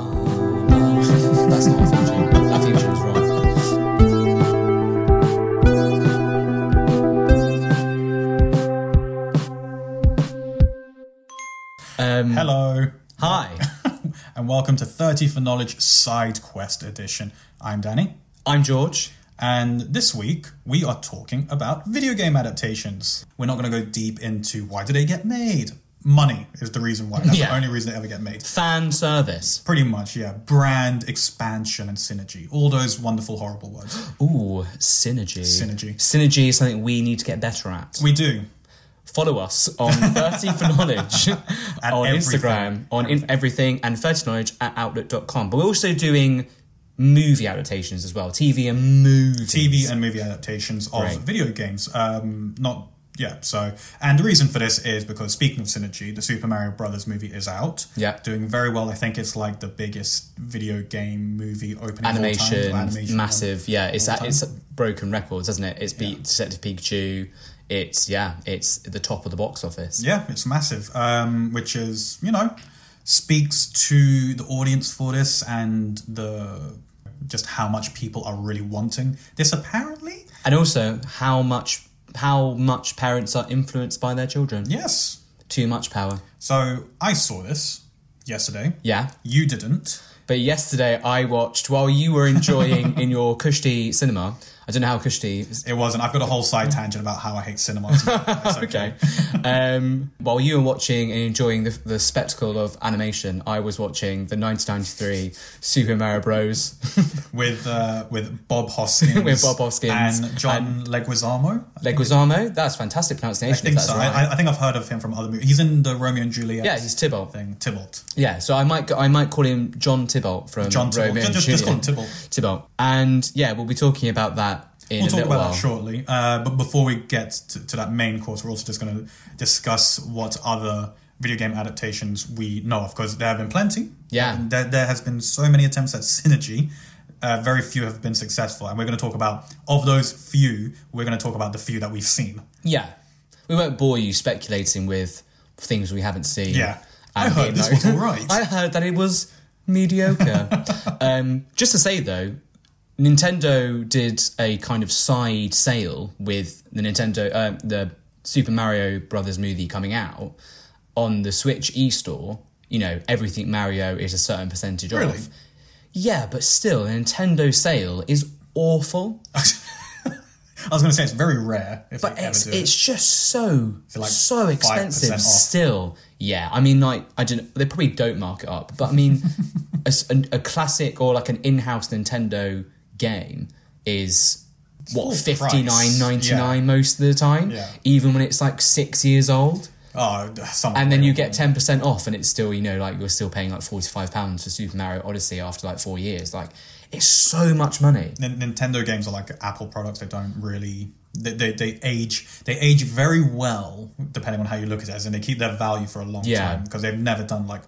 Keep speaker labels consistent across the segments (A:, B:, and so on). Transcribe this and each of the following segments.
A: Bum, bum. That's not a theme tune. That theme tune's wrong. Um,
B: Hello,
A: Hi,
B: and welcome to 30 for Knowledge Side Quest Edition. I'm Danny,
A: I'm George.
B: and this week we are talking about video game adaptations. We're not going to go deep into why do they get made. Money is the reason why. That's
A: Yeah.
B: the only reason they ever get made.
A: Fan service.
B: Pretty much, yeah. Brand expansion and synergy. All those wonderful, horrible words.
A: Ooh, synergy.
B: Synergy.
A: Synergy is something we need to get better at.
B: We do.
A: Follow us on 30 for Knowledge on
B: everything.
A: Instagram, on in- everything, and 30 Knowledge at outlook.com. But we're also doing movie adaptations as well TV and movies.
B: TV and movie adaptations of
A: Right.
B: video games. Um, not yeah. So and the reason for this is because speaking of synergy, the Super Mario Brothers movie is out.
A: Yeah.
B: doing very well. I think it's like the biggest video game movie opening of all time.
A: animation,
B: Well, animation
A: massive. Yeah, it's at, it's broken records, hasn't it? It's beat set to Pikachu. It's yeah, it's at the top of the box office.
B: Yeah, it's massive. Um, which is you know speaks to the audience for this and the just how much people are really wanting this apparently.
A: And also how much how much parents are influenced by their children.
B: Yes.
A: Too much power.
B: So I saw this yesterday.
A: Yeah.
B: You didn't.
A: But yesterday I watched while you were enjoying in your Kushti cinema. I don't know how Kushti.
B: It wasn't. I've got a whole side tangent about how I hate cinema. It's okay.
A: Mm. Okay. Um, while you were watching and enjoying the, the spectacle of animation, I was watching the 1993 Super Mario Bros.
B: With uh, with Bob Hoskins,
A: With Bob Hoskins.
B: and John Leguizamo.
A: Leguizamo. That's fantastic pronunciation.
B: I think
A: if that's
B: so.
A: right.
B: I, I think I've heard of him from other movies. He's in the Romeo and Juliet.
A: yeah, he's Tybalt.
B: thing. Tybalt.
A: Yeah, so I might go- I might call him John Tybalt from
B: John Tybalt.
A: Romeo
B: Just,
A: and
B: just, just call him
A: Juliet.
B: Tybalt.
A: Tybalt. And yeah, we'll be talking about that in
B: We'll
A: a
B: talk
A: little
B: about
A: while.
B: that shortly. Uh, but before we get to, to that main course, we're also just going to discuss what other video game adaptations we know of, because there have been plenty.
A: Yeah.
B: There, there has been so many attempts at synergy. Uh, very few have been successful, and we're going to talk about of those few. We're going to talk about the few that we've seen.
A: Yeah, we won't bore you speculating with things we haven't seen.
B: Yeah. I
A: And
B: heard
A: being
B: this was alright.
A: I heard that it was mediocre. um, just to say though, Nintendo did a kind of side sale with the Nintendo, uh, the Super Mario Brothers movie coming out on the Switch eStore. You know, everything Mario is a certain percentage
B: Really?
A: off. Yeah, but still, a Nintendo sale is awful.
B: I was going to say it's very rare, if
A: But
B: they ever
A: it's,
B: do it.
A: it's just so
B: like
A: so
B: 5%
A: expensive
B: off.
A: still. Yeah, I mean, like I don't. They probably don't mark it up, but I mean, a, s- an- a classic or like an in-house Nintendo game is what
B: full price.
A: fifty nine ninety nine most of the time,
B: Yeah.
A: even when it's like six years old.
B: Oh, some
A: And then you get ten percent off, and it's still you know like you're still paying like forty five pounds for Super Mario Odyssey after like four years. Like it's so much money.
B: Nin- Nintendo games are like Apple products. They don't really they, they, they age they age very well depending on how you look at it, and they keep their value for a long
A: Yeah.
B: time because they've never done like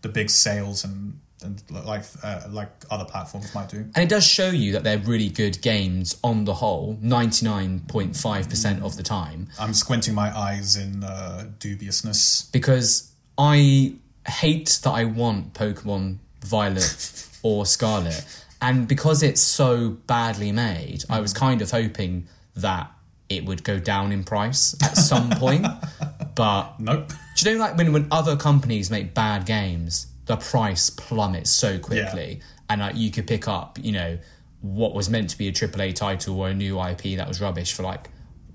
B: the big sales and, and like uh, like other platforms might do.
A: And it does show you that they're really good games on the whole, 99.5% of the time,
B: I'm squinting my eyes in uh, dubiousness.
A: because I hate that I want Pokemon Violet or Scarlet. And because it's so badly made, I was kind of hoping that it would go down in price at some point. But
B: Nope.
A: do you know like when, when other companies make bad games, the price plummets so quickly, and like you could pick up, you know, what was meant to be a AAA title or a new IP that was rubbish for like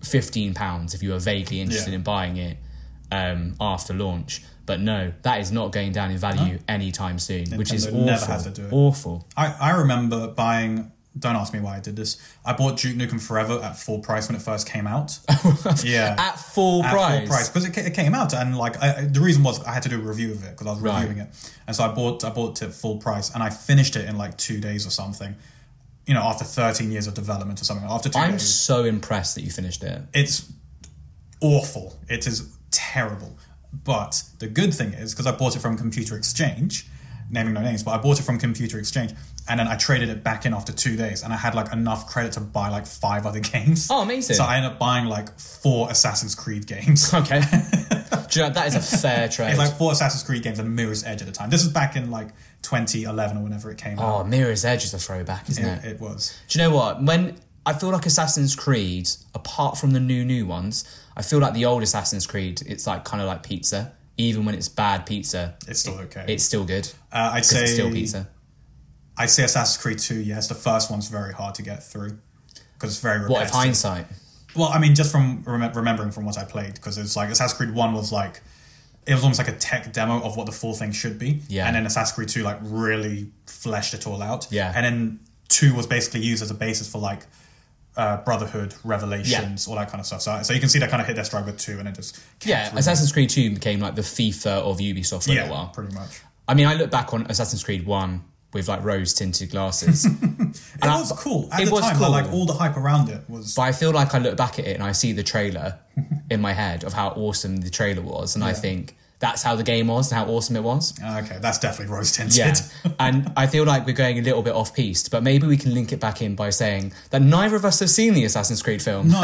A: fifteen pounds if you were vaguely interested
B: Yeah.
A: in buying it um, after launch. But no, that is not going down in value anytime soon, which is
B: Nintendo
A: awful.
B: never has to do it.
A: Awful.
B: I, I remember buying. Don't ask me why I did this. I bought Duke Nukem Forever at full price when it first came out. yeah,
A: At full price.
B: full price because it, ca- it came out and like I, I- the reason was I had to do a review of it because I was reviewing it and so I bought I bought it full price and I finished it in like two days or something you know after 13 years of development or something after 2
A: I'm
B: days
A: so impressed that you finished it.
B: it's awful it is terrible but the good thing is because I bought it from Computer Exchange naming no names but I bought it from Computer Exchange and then I traded it back in after two days and I had like enough credit to buy like five other games
A: Oh, amazing.
B: so I ended up buying like four Assassin's Creed games
A: Okay. Do you know, that is a fair trade.
B: It's like four Assassin's Creed games and Mirror's Edge at the time. This is back in like 2011 or whenever it came out.
A: oh, Mirror's Edge is a throwback, isn't
B: It,
A: it?
B: it was.
A: Do you know what? When I feel like Assassin's Creed, apart from the new new ones, I feel like the old Assassin's Creed. It's like kind of like pizza. Even when it's bad pizza,
B: It's still okay.
A: it's still good.
B: uh, I'd
A: 'Cause
B: say
A: it's still pizza.
B: I'd say Assassin's Creed 2. Yes, the first one's very hard to get through because it's very repetitive.
A: What if hindsight?
B: Well, I mean, just from remem- remembering from what I played, because it's like Assassin's Creed One was like it was almost like a tech demo of what the full thing should be,
A: Yeah.
B: And then Assassin's Creed Two like really fleshed it all out,
A: Yeah.
B: And then Two was basically used as a basis for like uh, Brotherhood, Revelations, all that kind of stuff. So, so you can see that kind of hit their stride with Two, and it just kept
A: Yeah,
B: re-
A: Assassin's Creed 2 became like the FIFA of Ubisoft for a
B: yeah,
A: while.
B: pretty much.
A: I mean, I look back on Assassin's Creed 1 with like rose tinted glasses,
B: It was cool at
A: it
B: the
A: was
B: time.
A: cool.
B: Like all the hype around it was.
A: but I feel like I look back at it and I see the trailer in my head of how awesome the trailer was, and I think that's how the game was and how awesome it was.
B: Okay, that's definitely rose tinted.
A: Yeah. and I feel like we're going a little bit off piste, but maybe we can link it back in by saying that neither of us have seen the Assassin's Creed film.
B: No,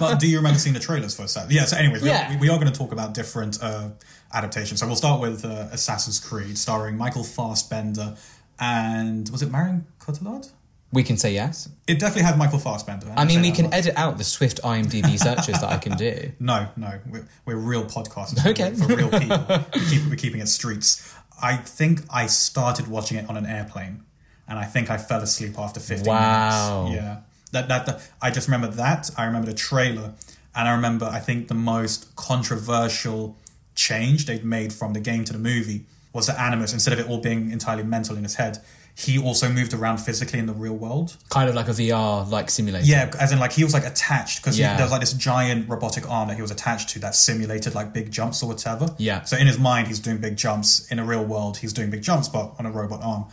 B: but do you remember seeing the trailers for a sec? Yeah. So, anyways, we,
A: Yeah.
B: Are, we are going to talk about different uh, adaptations. So we'll start with uh, Assassin's Creed, starring Michael Fassbender and was it Marion Cotillard?
A: We can say yes.
B: It definitely had Michael Fassbender.
A: I mean,
B: say
A: we
B: that,
A: can
B: but-
A: edit out the swift IMDb searches that I can do.
B: No, no, we're, we're real podcasters.
A: Okay.
B: We're- for real people. we keep, we're keeping it streets. I think I started watching it on an airplane, and I think I fell asleep after 15
A: Wow.
B: minutes. Yeah, that, that that I just remember that. I remember the trailer, and I remember I think the most controversial change they'd made from the game to the movie was that Animus, instead of it all being entirely mental in his head, he also moved around physically in the real world.
A: Kind of like a VR like simulator.
B: Yeah, as in like he was like attached because
A: Yeah.
B: there was like this giant robotic arm that he was attached to that simulated like big jumps or whatever.
A: Yeah.
B: So in his mind, he's doing big jumps. In a real world, he's doing big jumps, but on a robot arm.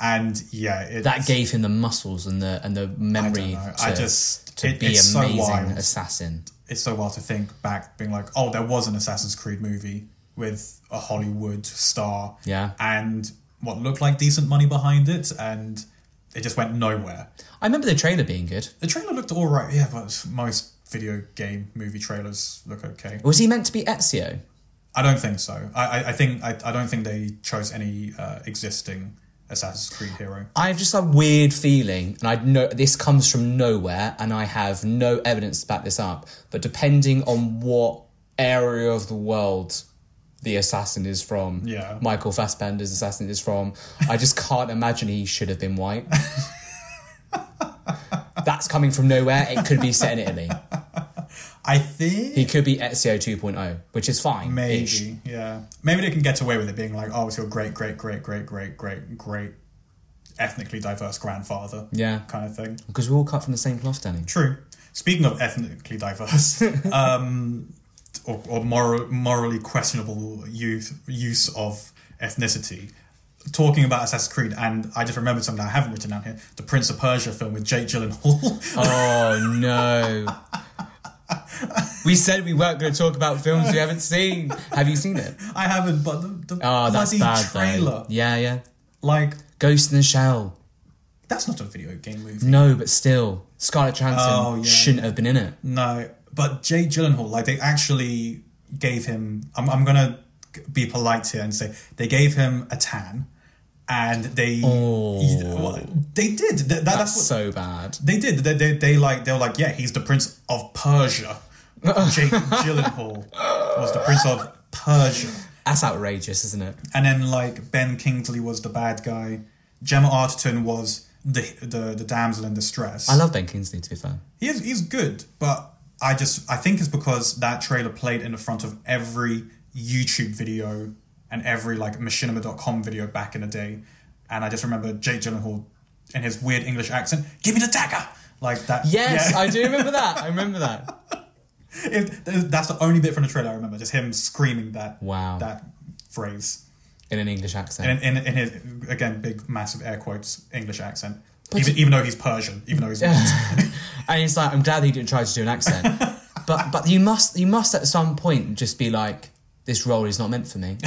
B: And yeah, it,
A: That gave him the muscles and the and the memory
B: know.
A: to,
B: I just-
A: to
B: it-
A: be
B: it's so
A: amazing
B: wild.
A: assassin.
B: it's so wild to think back, being like, oh, there was an Assassin's Creed movie with a Hollywood star.
A: Yeah.
B: And what looked like decent money behind it, and it just went nowhere.
A: I remember the trailer being good.
B: The trailer looked all right, yeah, but most video game movie trailers look okay.
A: Was he meant to be Ezio?
B: I don't think so. I, I, I think I, I don't think they chose any uh, existing Assassin's Creed hero.
A: I have just a weird feeling, and I know this comes from nowhere, and I have no evidence to back this up. But depending on what area of the world the assassin is from,
B: Yeah.
A: Michael Fassbender's assassin is from, I just can't imagine he should have been white. That's coming from nowhere. It could be set in Italy.
B: I think
A: He could be Ezio 2.0, which is fine.
B: maybe
A: ish.
B: yeah. Maybe they can get away with it being like, oh, it's your great great great great great great great ethnically diverse grandfather.
A: Yeah.
B: kind of thing.
A: Because we're all cut from the same cloth, Danny.
B: True. Speaking of ethnically diverse, um, or, or moral, morally questionable use use of ethnicity. Talking about Assassin's Creed, and I just remembered something I haven't written down here: the Prince of Persia film with Jake Gyllenhaal.
A: Oh no. We said we weren't going to talk about films we haven't seen. Have you seen it?
B: I haven't, but the, the
A: Oh, that's
B: bloody
A: bad. though.
B: trailer,
A: Yeah, yeah.
B: like
A: Ghost in the Shell.
B: that's not a video game movie.
A: No, but still, Scarlett Johansson
B: Oh, yeah.
A: shouldn't have been in it.
B: No, but Jay Gyllenhaal, like they actually gave him. I'm, I'm gonna be polite here and say they gave him a tan, and they
A: Oh.
B: well, they did. That, that- that's, what
A: So bad.
B: they did. They, they they like they were like yeah, he's the prince of Persia. Jake Gyllenhaal was the prince of Persia,
A: That's outrageous, isn't it?
B: and then like Ben Kingsley was the bad guy. Gemma Arterton was the the, the damsel in distress.
A: I love Ben Kingsley, to be fair.
B: He is, he's good, but I just I think it's because that trailer played in the front of every YouTube video and every like machinima.com video back in the day. And I just remember Jake Gyllenhaal in his weird English accent, give me the dagger! Like that.
A: Yes,
B: Yeah.
A: I do remember that. I remember that.
B: It- that's the only bit from the trailer I remember, just him screaming that
A: Wow.
B: that phrase.
A: In an English accent.
B: In, in, in his, again, big, massive air quotes, English accent. Even, even though he's Persian, even though he's
A: and it's like I'm glad he didn't try to do an accent. but but you must you must at some point just be like, this role is not meant for me.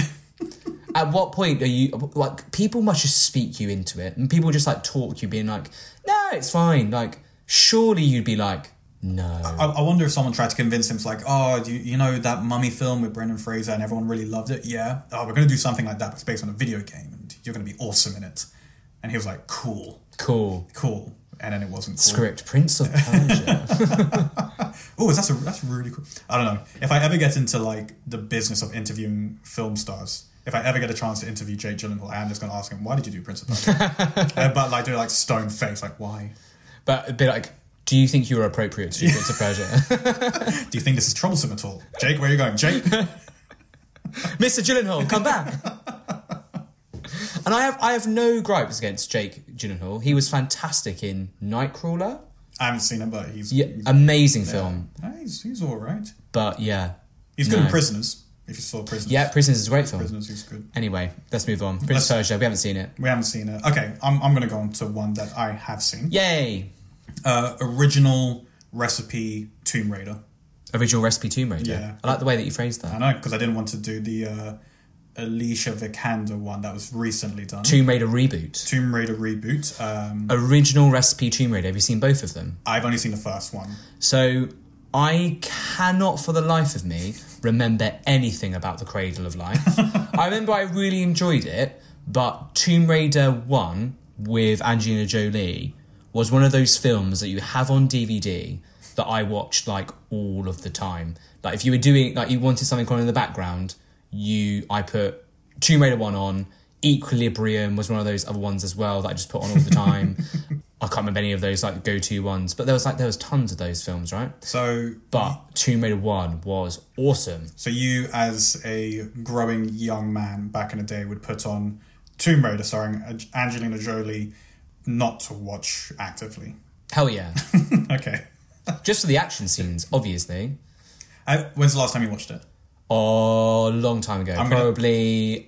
A: at what point are you like people must just speak you into it and people just like talk you being like, no, it's fine. Like surely you'd be like, No.
B: I, I wonder if someone tried to convince him, it's like, oh, do you, you know that mummy film with Brendan Fraser and everyone really loved it? Yeah. Oh, we're going to do something like that, but it's based on a video game and you're going to be awesome in it. And he was like, cool,
A: Cool.
B: cool. And then it wasn't cool.
A: Script Prince of Persia.
B: Oh, that's a, that's really cool. I don't know. If I ever get into like the business of interviewing film stars, if I ever get a chance to interview Jake Gyllenhaal, I'm just going to ask him, why did you do Prince of Persia? Uh, but like, do it like stone face, like why?
A: but it'd be like, do you think you were appropriate to do Prince of Persia?
B: Do you think this is troublesome at all, Jake? Where are you going, Jake?
A: Mr. Gyllenhaal, come back. and I have I have no gripes against Jake Gyllenhaal. He was fantastic in Nightcrawler.
B: I haven't seen him, but he's
A: Yeah, amazing film.
B: No, he's, he's all right.
A: But yeah,
B: He's good
A: No.
B: in Prisoners. If you saw Prisoners,
A: yeah, Prisoners is a great film.
B: Prisoners, he's good.
A: Anyway, let's move on. Prince of Persia. We haven't seen it.
B: We haven't seen it. Okay, I'm I'm going to go on to one that I have seen.
A: Yay!
B: Uh, original recipe Tomb Raider.
A: Original recipe Tomb Raider.
B: Yeah.
A: I like the way that you phrased that.
B: I know because I didn't want to do the uh, Alicia Vikander one that was recently done.
A: Tomb Raider reboot.
B: Tomb Raider reboot. Um,
A: Original recipe Tomb Raider. Have you seen both of them?
B: I've only seen the first one.
A: So I cannot for the life of me remember anything about the Cradle of Life. I remember I really enjoyed it, but Tomb Raider 1 with Angelina Jolie was one of those films that you have on DVD that I watched like all of the time. Like if you were doing like you wanted something on in the background, you I put Tomb Raider 1 on. Equilibrium was one of those other ones as well that I just put on all the time. I can't remember any of those like go to ones, but there was like there was tons of those films, right?
B: So,
A: But Tomb Raider One was awesome.
B: so you as a growing young man back in the day would put on Tomb Raider starring Ang- Angelina Jolie, not to watch actively.
A: Hell yeah!
B: okay.
A: Just for the action scenes, obviously.
B: Uh, when's the last time you watched it?
A: Oh, long time ago,
B: gonna-
A: probably.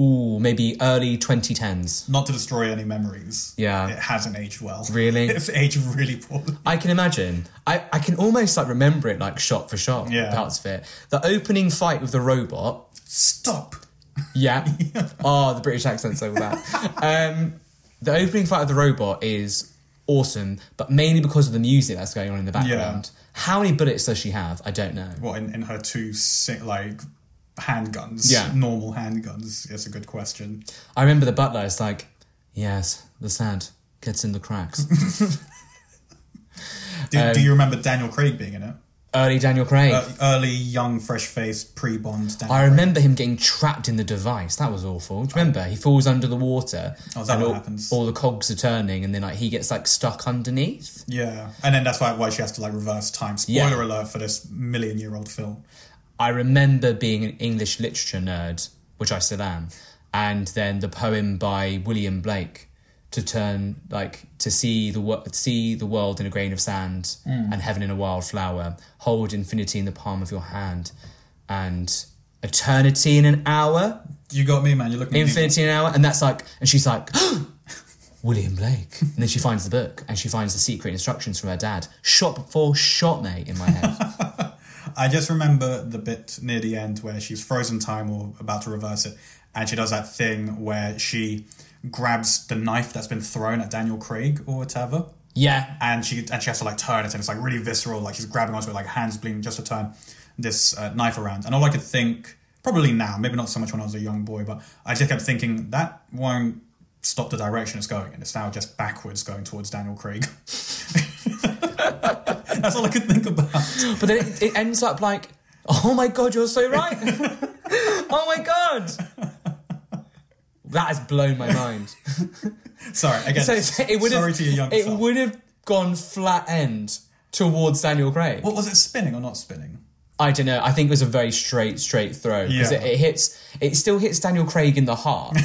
A: Ooh, maybe early 2010s.
B: Not to destroy any memories.
A: Yeah.
B: It hasn't aged well.
A: Really?
B: It's aged really poorly.
A: I can imagine. I, I can almost like remember it like shot for shot.
B: Yeah.
A: Parts of it. The opening fight with the robot
B: Stop.
A: Yeah. Oh, the British accent's over that. Um, the opening fight of the robot is awesome, but mainly because of the music that's going on in the background. How many bullets does she have? I don't know.
B: What in, in her two si- like handguns?
A: Yeah.
B: normal handguns. That's a good question.
A: I remember the butler is like, yes, the sand gets in the cracks.
B: Do,
A: Um,
B: do you remember Daniel Craig being in it?
A: Early Daniel Craig.
B: Uh, early, young, fresh-faced, pre-Bond Daniel.
A: I remember him getting trapped in the device. That was awful. Do you remember? He falls under the water.
B: Oh, is that
A: and
B: what
A: all,
B: happens?
A: all the cogs are turning, and then like he gets like stuck underneath.
B: yeah, and then that's why why she has to like reverse time.
A: Yeah.
B: Spoiler alert for this million-year-old film.
A: I remember being an English literature nerd, which I still am, and then the poem by William Blake to turn like to see the wo- see the world in a grain of sand and heaven in a wild flower. Hold infinity in the palm of your hand, and eternity in an hour,
B: You got me, man. You're looking. At me.
A: infinity in an hour, and that's like, and she's like. William Blake. And then she finds the book and she finds the secret instructions from her dad. Shot for shot, mate, in my head.
B: I just remember the bit near the end where she's frozen time or about to reverse it, and she does that thing where she grabs the knife that's been thrown at Daniel Craig or whatever.
A: yeah,
B: and she and she has to like turn it, and it's like really visceral. Like she's grabbing onto it, like hands bleeding, just to turn this uh, knife around. And all I could think, probably now, maybe not so much when I was a young boy, but I just kept thinking that won't stop the direction it's going, and it's now just backwards going towards Daniel Craig. That's all I could think about.
A: But then it, it ends up like, oh my god, you're so right. oh my god. That has blown my mind.
B: Sorry again.
A: So it would have
B: sorry to your young
A: it
B: self.
A: would have gone flat end towards Daniel Craig.
B: What was it spinning or not spinning?
A: I don't know. I think it was a very straight, straight throw because
B: Yeah.
A: it, it hits. It still hits Daniel Craig in the heart,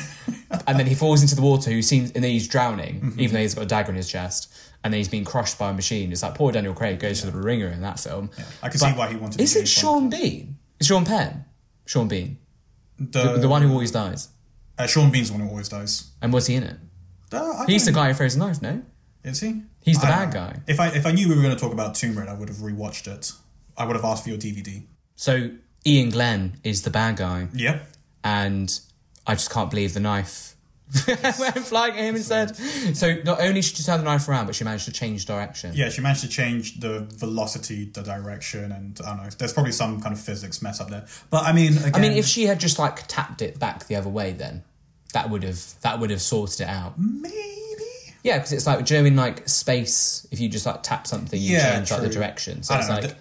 A: and then he falls into the water. Who seems and then he's drowning,
B: Mm-hmm.
A: even though he's got a dagger in his chest, and then he's being crushed by a machine. It's like poor Daniel Craig goes to the ringer in that film.
B: I can see why he wanted. to
A: Is
B: do
A: it
B: this
A: Sean Bean? Sean Penn? Sean Bean.
B: one.
A: The, the one who always dies.
B: uh, Sean Bean's the one who always dies.
A: And was he in it?
B: Uh, I
A: He's
B: don't
A: the guy who throws a knife, no?
B: Is he?
A: He's the
B: I
A: bad
B: don't know.
A: guy.
B: If I if I knew we were going to talk about Tomb Raider, I would have rewatched it. I would have asked for your DVD.
A: So Ian Glenn is the bad guy.
B: Yep.
A: And I just can't believe the knife went flying at him instead. So not only should she turn the knife around, but she managed to change direction.
B: Yeah, she managed to change the velocity, the direction, and I don't know. There's probably some kind of physics mess up there. But I mean, again,
A: I mean, if she had just like tapped it back the other way, then that would have that would have sorted it out.
B: Hmm. maybe
A: Yeah, because it's like German like space. If you just like tap something, you
B: Yeah,
A: change like the
B: true.
A: direction. So
B: I
A: it's
B: don't know.
A: like
B: th-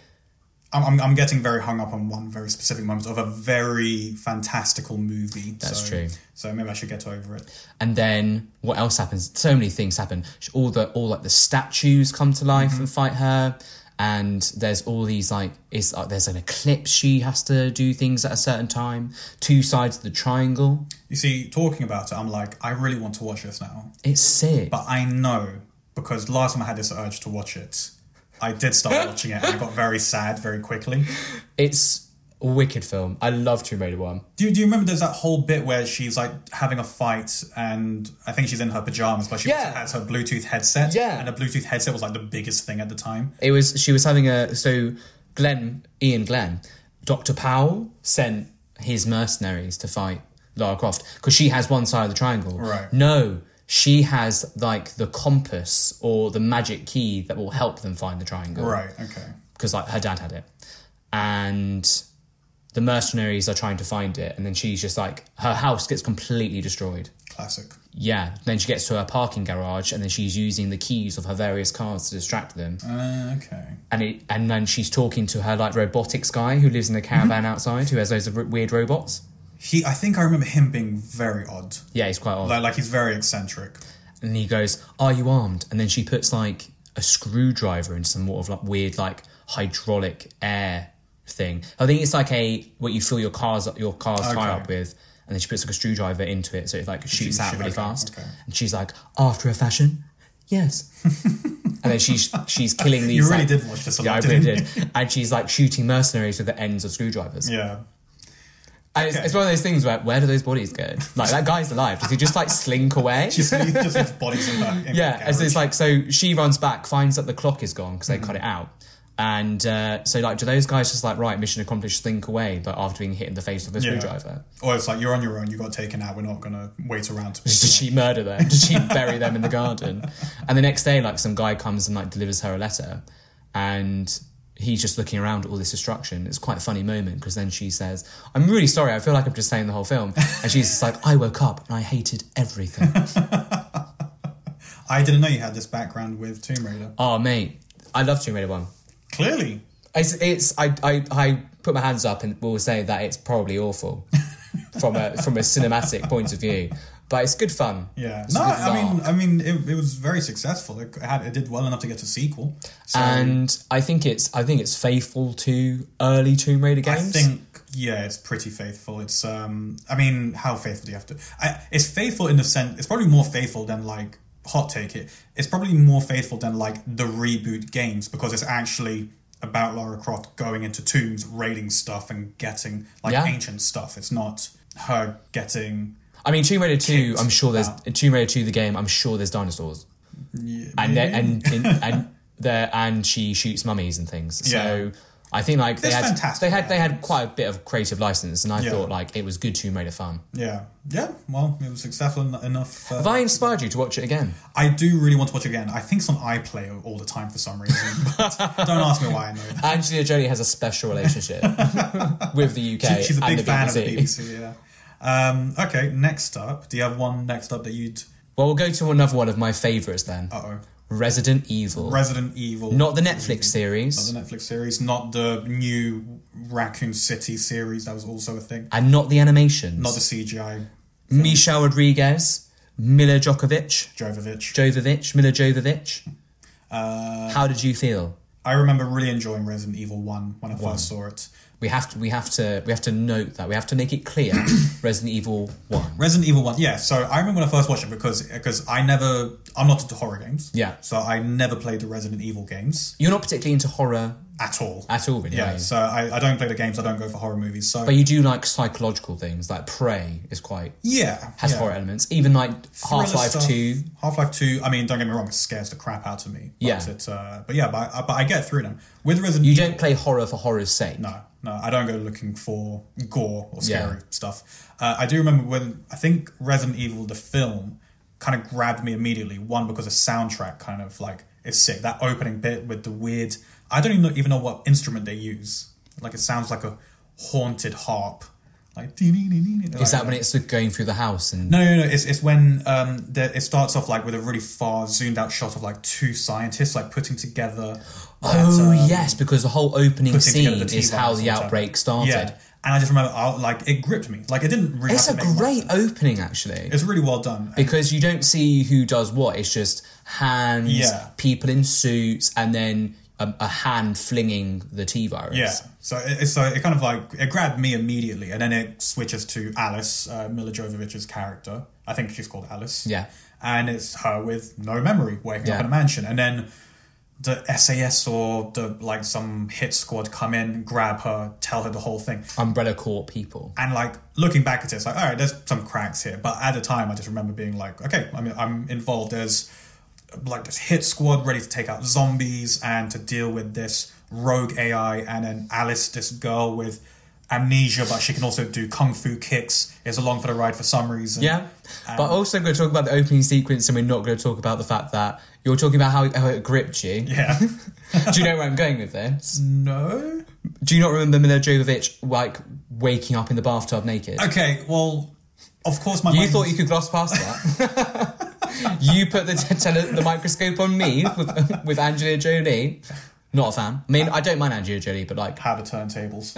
B: I'm, I'm, I'm getting very hung up on one very specific moment of a very fantastical movie.
A: That's
B: so,
A: true.
B: So maybe I should get over it.
A: and then what else happens? So many things happen. All the all like the statues come to life and fight her, and there's all these like it's like there's an eclipse. She has to do things at a certain time. Two sides of the triangle.
B: You see, talking about it, I'm like, I really want to watch this now,
A: It's sick.
B: but I know because last time I had this urge to watch it, I did start watching it and I got very sad very quickly.
A: it's a wicked film. I love Tomb Raider one.
B: Do, do you remember there's that whole bit where she's like having a fight and I think she's in her pajamas, but she
A: Yeah.
B: also has her Bluetooth headset.
A: Yeah.
B: And a Bluetooth headset was like the biggest thing at the time.
A: It was she was having a so Glenn Ian Glenn, Doctor Powell sent his mercenaries to fight Lara Croft because she has one side of the triangle.
B: Right.
A: No, she has like the compass or the magic key that will help them find the triangle.
B: Right, okay.
A: Because like her dad had it, and the mercenaries are trying to find it, and then she's just like her house gets completely destroyed.
B: Classic.
A: Yeah. Then she gets to her parking garage, and then she's using the keys of her various cars to distract them
B: Uh, okay.
A: and it, and then she's talking to her like robotics guy who lives in a caravan
B: Mm-hmm.
A: outside who has those r- weird robots.
B: He, I think I remember him being very odd.
A: Yeah, he's quite odd.
B: Like, like he's very eccentric.
A: and he goes, "Are you armed?" And then she puts like a screwdriver into some sort of like weird like hydraulic air thing. I think it's like a what you fill your cars your car's tire
B: Okay.
A: up with. And then she puts like a screwdriver into it, so it like shoots out
B: shoot-
A: really
B: okay,
A: fast.
B: okay.
A: And she's like, after a fashion, yes. and then she's she's killing these.
B: You really
A: like-
B: did watch this a
A: Yeah, I
B: lot,
A: really
B: didn't you?
A: did. And she's like shooting mercenaries with the ends of screwdrivers.
B: Yeah.
A: And it's, it's one of those things where where do those bodies go? Like that guy's alive. Does he just like slink away?
B: Just, he just his bodies in that. in
A: yeah.
B: the
A: And so it's
B: garage.
A: like so she runs back, finds that the clock is gone because they cut it out. And uh, so like do those guys just like right mission accomplished slink away? But after being hit in the face with a
B: Yeah.
A: screwdriver,
B: Or it's like, you're on your own, you got taken out, we're not going to wait around. To
A: did she murder them? Did she bury them in the garden? And the next day, like some guy comes and like delivers her a letter, and. He's just looking around at all this destruction. It's quite a funny moment because then she says, I'm really sorry. I feel like I'm just saying the whole film. And she's just like, I woke up and I hated everything.
B: I didn't know you had this background with Tomb Raider.
A: Oh mate, I love Tomb Raider One.
B: Clearly.
A: It's it's I I, I put my hands up and will say that it's probably awful from a from a cinematic point of view, but it's good fun.
B: Yeah.
A: It's
B: No,
A: a good
B: I mean,
A: laugh.
B: I mean, it, it was very successful. It had, it did well enough to get a sequel. So
A: and I think it's I think it's faithful to early Tomb Raider
B: I
A: games.
B: think, yeah, it's pretty faithful. It's, um, I mean, how faithful do you have to? I, it's faithful in the sense. It's probably more faithful than like hot take it. It's probably more faithful than like the reboot games because it's actually about Lara Croft going into tombs, raiding stuff, and getting like
A: Yeah.
B: ancient stuff. It's not her getting.
A: I mean, Tomb Raider Two. I'm sure there's Tomb Raider Two, the game. I'm sure there's dinosaurs, and then, and and and there and she shoots mummies and things.
B: Yeah.
A: So. I think like they
B: It's
A: had,
B: fantastic
A: they had they had quite a bit of creative license, and I
B: Yeah.
A: thought like it was good Tomb Raider fun.
B: Yeah, yeah. Well, it was successful en- enough. uh,
A: Have I inspired you to watch it again?
B: I do really want to watch it again. I think it's on iPlayer all the time for some reason. But don't ask me why I know that.
A: Angelina Jolie has a special relationship with the UK.
B: She's a
A: and
B: big
A: the BBC.
B: fan of the BBC, yeah. Um, okay, next up. Do you have one next up that you'd.
A: Well, we'll go to another one of my favourites then
B: Uh oh.
A: Resident Evil.
B: Resident Evil.
A: Not the Netflix series
B: the Netflix series, not the new Raccoon City series. That was also a thing.
A: and not the animations.
B: Not the CGI
A: Michelle Rodriguez, Mila Djokovic,
B: Jovovich.
A: Jovovich, Mila Jovovich.
B: Uh,
A: How did you feel?
B: I remember really enjoying Resident Evil 1 when I first saw it.
A: We have to, we have to, we have to note that. We have to make it clear. Resident Evil One.
B: Resident Evil One, yeah. So I remember when I first watched it because because I never I'm not into horror games.
A: Yeah.
B: So I never played the Resident Evil games
A: You're not particularly into horror
B: at all.
A: at all, really. are
B: yeah.
A: you?
B: So I, I don't play the games. I don't go for horror movies. So
A: But you do like psychological things, like Prey is quite
B: yeah,
A: has
B: yeah.
A: horror elements. Even like Half Life Two.
B: Half Life Two. I mean, don't get me wrong. It scares the crap out of me. But
A: Yeah.
B: It, uh, but yeah, but I, but I get through them with Resident
A: You
B: Evil.
A: don't play horror for horror's sake.
B: No. No, I don't go looking for gore or scary
A: Yeah.
B: stuff. Uh, I do remember when I think Resident Evil the film kind of grabbed me immediately. One because the soundtrack kind of like is sick. That opening bit with the weird I don't even know, even know what instrument they use. Like it sounds like a haunted harp. Like
A: Is that when it's going through the house and
B: no, no, no. It's, it's when um, the, it starts off like with a really far zoomed out shot of like two scientists like putting together.
A: Oh
B: that, um,
A: yes, because the whole opening
B: putting together
A: scene
B: the
A: is how
B: T-virus
A: the
B: and stuff.
A: outbreak started.
B: Yeah, and I just remember, I, like, it gripped me. Like, it didn't really.
A: It's a
B: have to make much
A: great
B: sense.
A: opening actually.
B: It's really well done. And
A: because you don't see who does what. It's just hands,
B: Yeah.
A: people in suits, and then a, a hand flinging the T virus.
B: yeah, so it, it- so it kind of like it grabbed me immediately, and then it switches to Alice uh, Mila Jovovich's character. I think she's called Alice.
A: Yeah.
B: and it's her with no memory waking
A: Yeah.
B: up in a mansion, and then the SAS or the like some hit squad come in, grab her, tell her the whole thing.
A: Umbrella Corp people.
B: And like looking back at it, it's like, all right, there's some cracks here. But at the time, I just remember being like, okay, I mean, I'm involved. There's like this hit squad ready to take out zombies and to deal with this rogue AI, and then Alice, this girl with amnesia, but she can also do kung fu kicks, is along for the ride for some reason.
A: Yeah.
B: Um,
A: but also, I'm going to talk about the opening sequence, and we're not going to talk about the fact that you're talking about how, how it gripped you.
B: Yeah.
A: Do you know where I'm going with this?
B: no.
A: Do you not remember Mila Jovovich like waking up in the bathtub naked?
B: Okay. Well, of course, my
A: You
B: mind-
A: thought you could gloss past that. you put the tele- the microscope on me with, with Angelina Jolie. Not a fan. I mean, I don't mind Angelina Jolie, but like
B: how to turntables.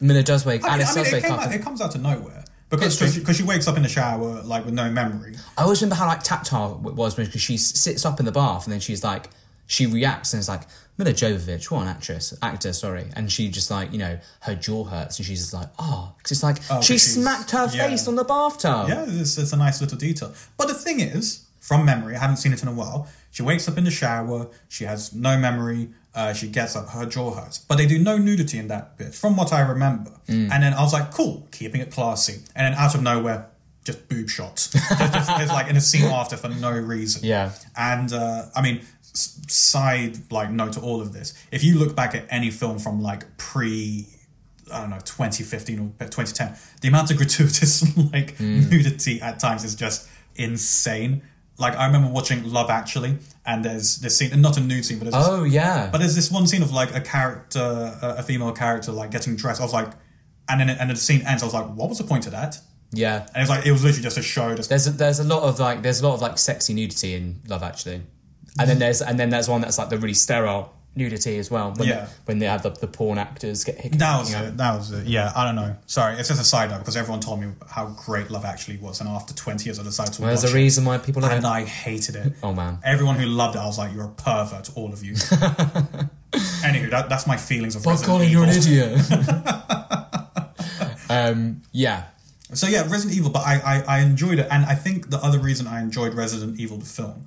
A: Miller does wake.
B: I mean,
A: Alice
B: I mean,
A: does
B: it,
A: wake
B: came
A: up.
B: out, it comes out of nowhere because
A: It's
B: she, cause she wakes up in the shower like with no memory.
A: I always remember how like tactile it was because she s- sits up in the bath and then she's like, she reacts and is like, Mila Jovovich, what an actress, actor, sorry. And she just like, you know, her jaw hurts and she's just like, oh, 'Cause it's like she
B: 'cause she's-
A: smacked her
B: yeah.
A: face on the bathtub.
B: Yeah, it's, it's a nice little detail. But the thing is, from memory, I haven't seen it in a while. She wakes up in the shower. She has no memory. Uh, she gets up. Her jaw hurts. But they do no nudity in that bit, from what I remember. And then I was like, cool, keeping it classy. And then out of nowhere, just boob shots. just, just, it's like in a scene after for no reason.
A: Yeah.
B: And uh, I mean, s- side like note to all of this. If you look back at any film from like pre, I don't know, 2015 or 2010, the amount of gratuitous like nudity at times is just insane. Like I remember watching Love Actually, and there's this scene, and not a nude scene, but there's this-
A: Oh, yeah.
B: but there's this one scene of like a character, a a female character, like getting dressed. I was like, and then and then the scene ends. I was like, what was the point of that?
A: yeah.
B: And it's like it was literally just a show. Just
A: There's a, there's a lot of like there's a lot of like sexy nudity in Love Actually, and
B: Mm-hmm.
A: then there's and then there's one that's like the really sterile nudity as well. When
B: Yeah.
A: They, when they have the, the porn actors get hiccup.
B: That was it. That was it. Yeah, I don't know. Sorry, it's just a side note because everyone told me how great Love Actually was, and after twenty years, I decided to
A: There's
B: watch
A: a reason why people
B: it,
A: are.
B: and I hated it.
A: Oh man.
B: Everyone who loved it, I was like, "You're a pervert, all of you." Anywho, that, that's my feelings of
A: Fuck
B: Resident
A: Colin, you're
B: Evil.
A: an idiot. um. Yeah.
B: So yeah, Resident Evil, but I, I I enjoyed it, and I think the other reason I enjoyed Resident Evil the film,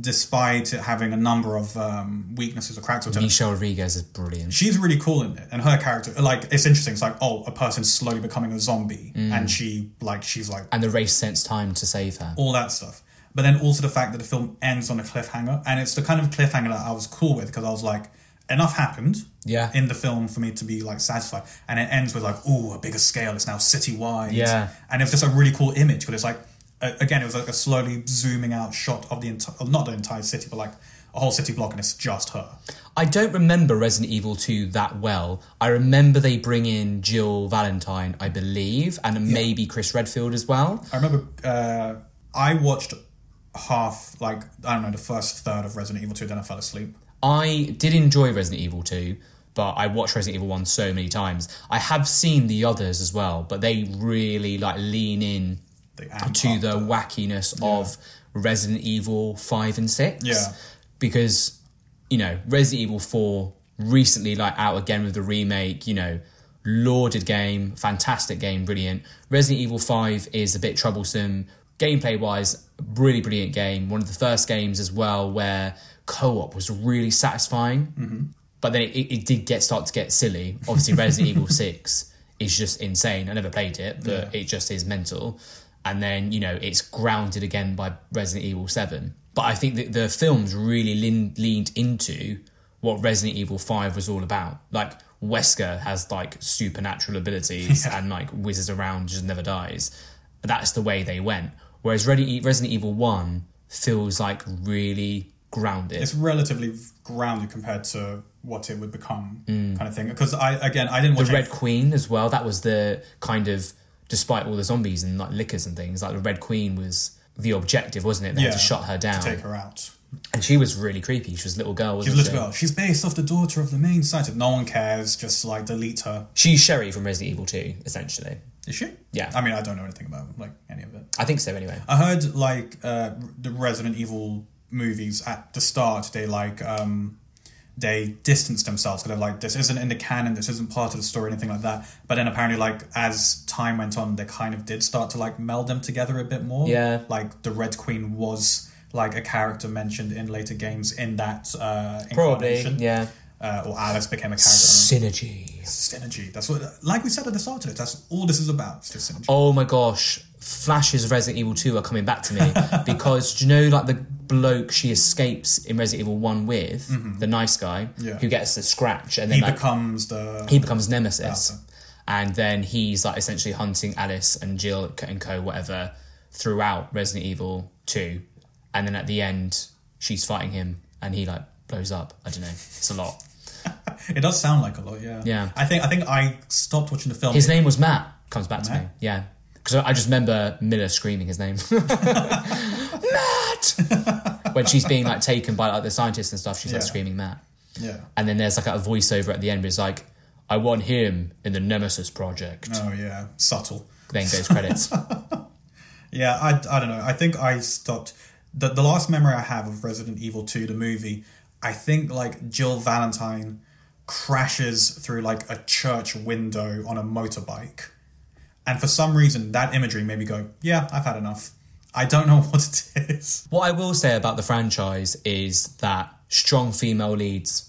B: despite it having a number of um, weaknesses or cracks or whatever,
A: Michelle Rodriguez is brilliant.
B: she's really cool in it and her character like it's interesting it's like oh a person's slowly becoming a zombie
A: Mm.
B: and she like she's like
A: And the race sends time to save her.
B: all that stuff. But then also the fact that the film ends on a cliffhanger, and it's the kind of cliffhanger that I was cool with because I was like, enough happened
A: Yeah.
B: in the film for me to be like satisfied. And it ends with like, oh, a bigger scale. It's now citywide.
A: Yeah.
B: and it's just a really cool image. But it's like, a- again, it was like a slowly zooming out shot of the entire, not the entire city, but like a whole city block, and it's just her.
A: I don't remember Resident Evil 2 that well. I remember they bring in Jill Valentine, I believe, and maybe Chris Redfield as well.
B: I remember uh, I watched half, like I don't know, the first third of Resident Evil Two, then I fell asleep.
A: I did enjoy Resident Evil 2, but I watched Resident Evil 1 so many times. I have seen the others as well, but they really like lean in
B: They amp
A: to
B: up
A: the wackiness of Resident Evil 5 and 6.
B: Yeah.
A: Because, you know, Resident Evil 4 recently like out again with the remake, you know, lauded game, fantastic game, brilliant. Resident Evil 5 is a bit troublesome gameplay wise, really brilliant game. One of the first games as well where co-op was really satisfying.
B: Mm-hmm.
A: But then it, it, it did get start to get silly. Obviously, Resident Evil Six is just insane. I never played it, but it just is mental. And then you know it's grounded again by Resident Evil Seven. But I think that the films really lean, leaned into what Resident Evil 5 was all about. Like, Wesker has like supernatural abilities and like whizzes around, just never dies. That's the way they went. Whereas Redi- Resident Evil 1 feels like really grounded.
B: It's relatively grounded compared to what it would become, kind of thing. Because I again, I didn't watch
A: Mm. the
B: it-
A: Red Queen as well. That was the kind of, despite all the zombies and like liquors and things, like the Red Queen was the objective, wasn't it? They had to
B: Yeah.
A: shut her down,
B: take her out.
A: and she was really creepy. She was a little girl,
B: She's
A: wasn't
B: a
A: she?
B: little girl. She's based off the daughter of the main scientist. No one cares. Just like delete her.
A: She's Sherry from Resident Evil Two, essentially.
B: Is she?
A: Yeah.
B: I mean, I don't know anything about like any of it.
A: I think so, anyway.
B: I heard like uh, the Resident Evil movies at the start they like um, they distanced themselves because they're like this isn't in the canon, this isn't part of the story, anything like that. But then apparently, like as time went on, they kind of did start to like meld them together a bit more.
A: Yeah.
B: like the Red Queen was like a character mentioned in later games in that uh,
A: Probably,
B: incarnation.
A: yeah.
B: Uh, or Alice became a character.
A: Synergy.
B: Synergy. That's what, like we said at the start of it. That's all this is about. It's just synergy.
A: Oh my gosh, flashes of Resident Evil 2 are coming back to me because do you know like the bloke she escapes in Resident Evil 1 with, the nice guy
B: Mm-hmm. Yeah.
A: who gets the scratch and then
B: he
A: like,
B: becomes the
A: he becomes Nemesis.
B: Alpha.
A: And then he's like essentially hunting Alice and Jill and co whatever throughout Resident Evil 2. And then at the end she's fighting him and he like blows up. I don't know. It's a lot.
B: It does sound like a lot, yeah.
A: Yeah.
B: I think I think I stopped watching the film.
A: His name was Matt. Comes back to me. Yeah. Because I I just remember Miller screaming his name. Matt! when she's being like taken by like the scientists and stuff, she's like
B: Yeah.
A: screaming Matt.
B: yeah.
A: And then there's like a voiceover at the end where it's like, I want him in the Nemesis project.
B: Oh yeah, subtle.
A: Then goes credits.
B: Yeah, I, I don't know. I think I stopped. The, the last memory I have of Resident Evil 2, the movie, I think like Jill Valentine crashes through like a church window on a motorbike. And for some reason, that imagery made me go, yeah, I've had enough. I don't know what it is.
A: what I will say about the franchise is that strong female leads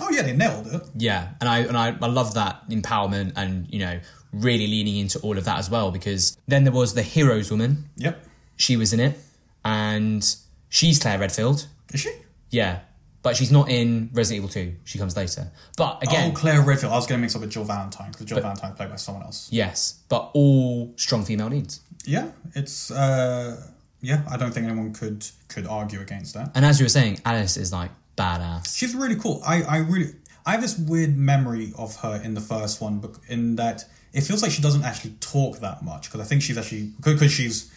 B: Oh, yeah, they nailed it.
A: Yeah, and I and I, I love that empowerment and you know really leaning into all of that as well because then there was the Heroes Woman.
B: Yep.
A: She was in it, and she's Claire Redfield.
B: Is she?
A: Yeah, but she's not in Resident Evil Two. She comes later. But again,
B: Oh, Claire Redfield. I was going to mix up with Jill Valentine because Jill Valentine played by someone else.
A: yes, but all strong female leads.
B: Yeah, it's uh, yeah. I don't think anyone could could argue against that.
A: And as you were saying, Alice is like badass.
B: She's really cool. I I really I have this weird memory of her in the first one, bec- in that it feels like she doesn't actually talk that much because I think she's actually because she's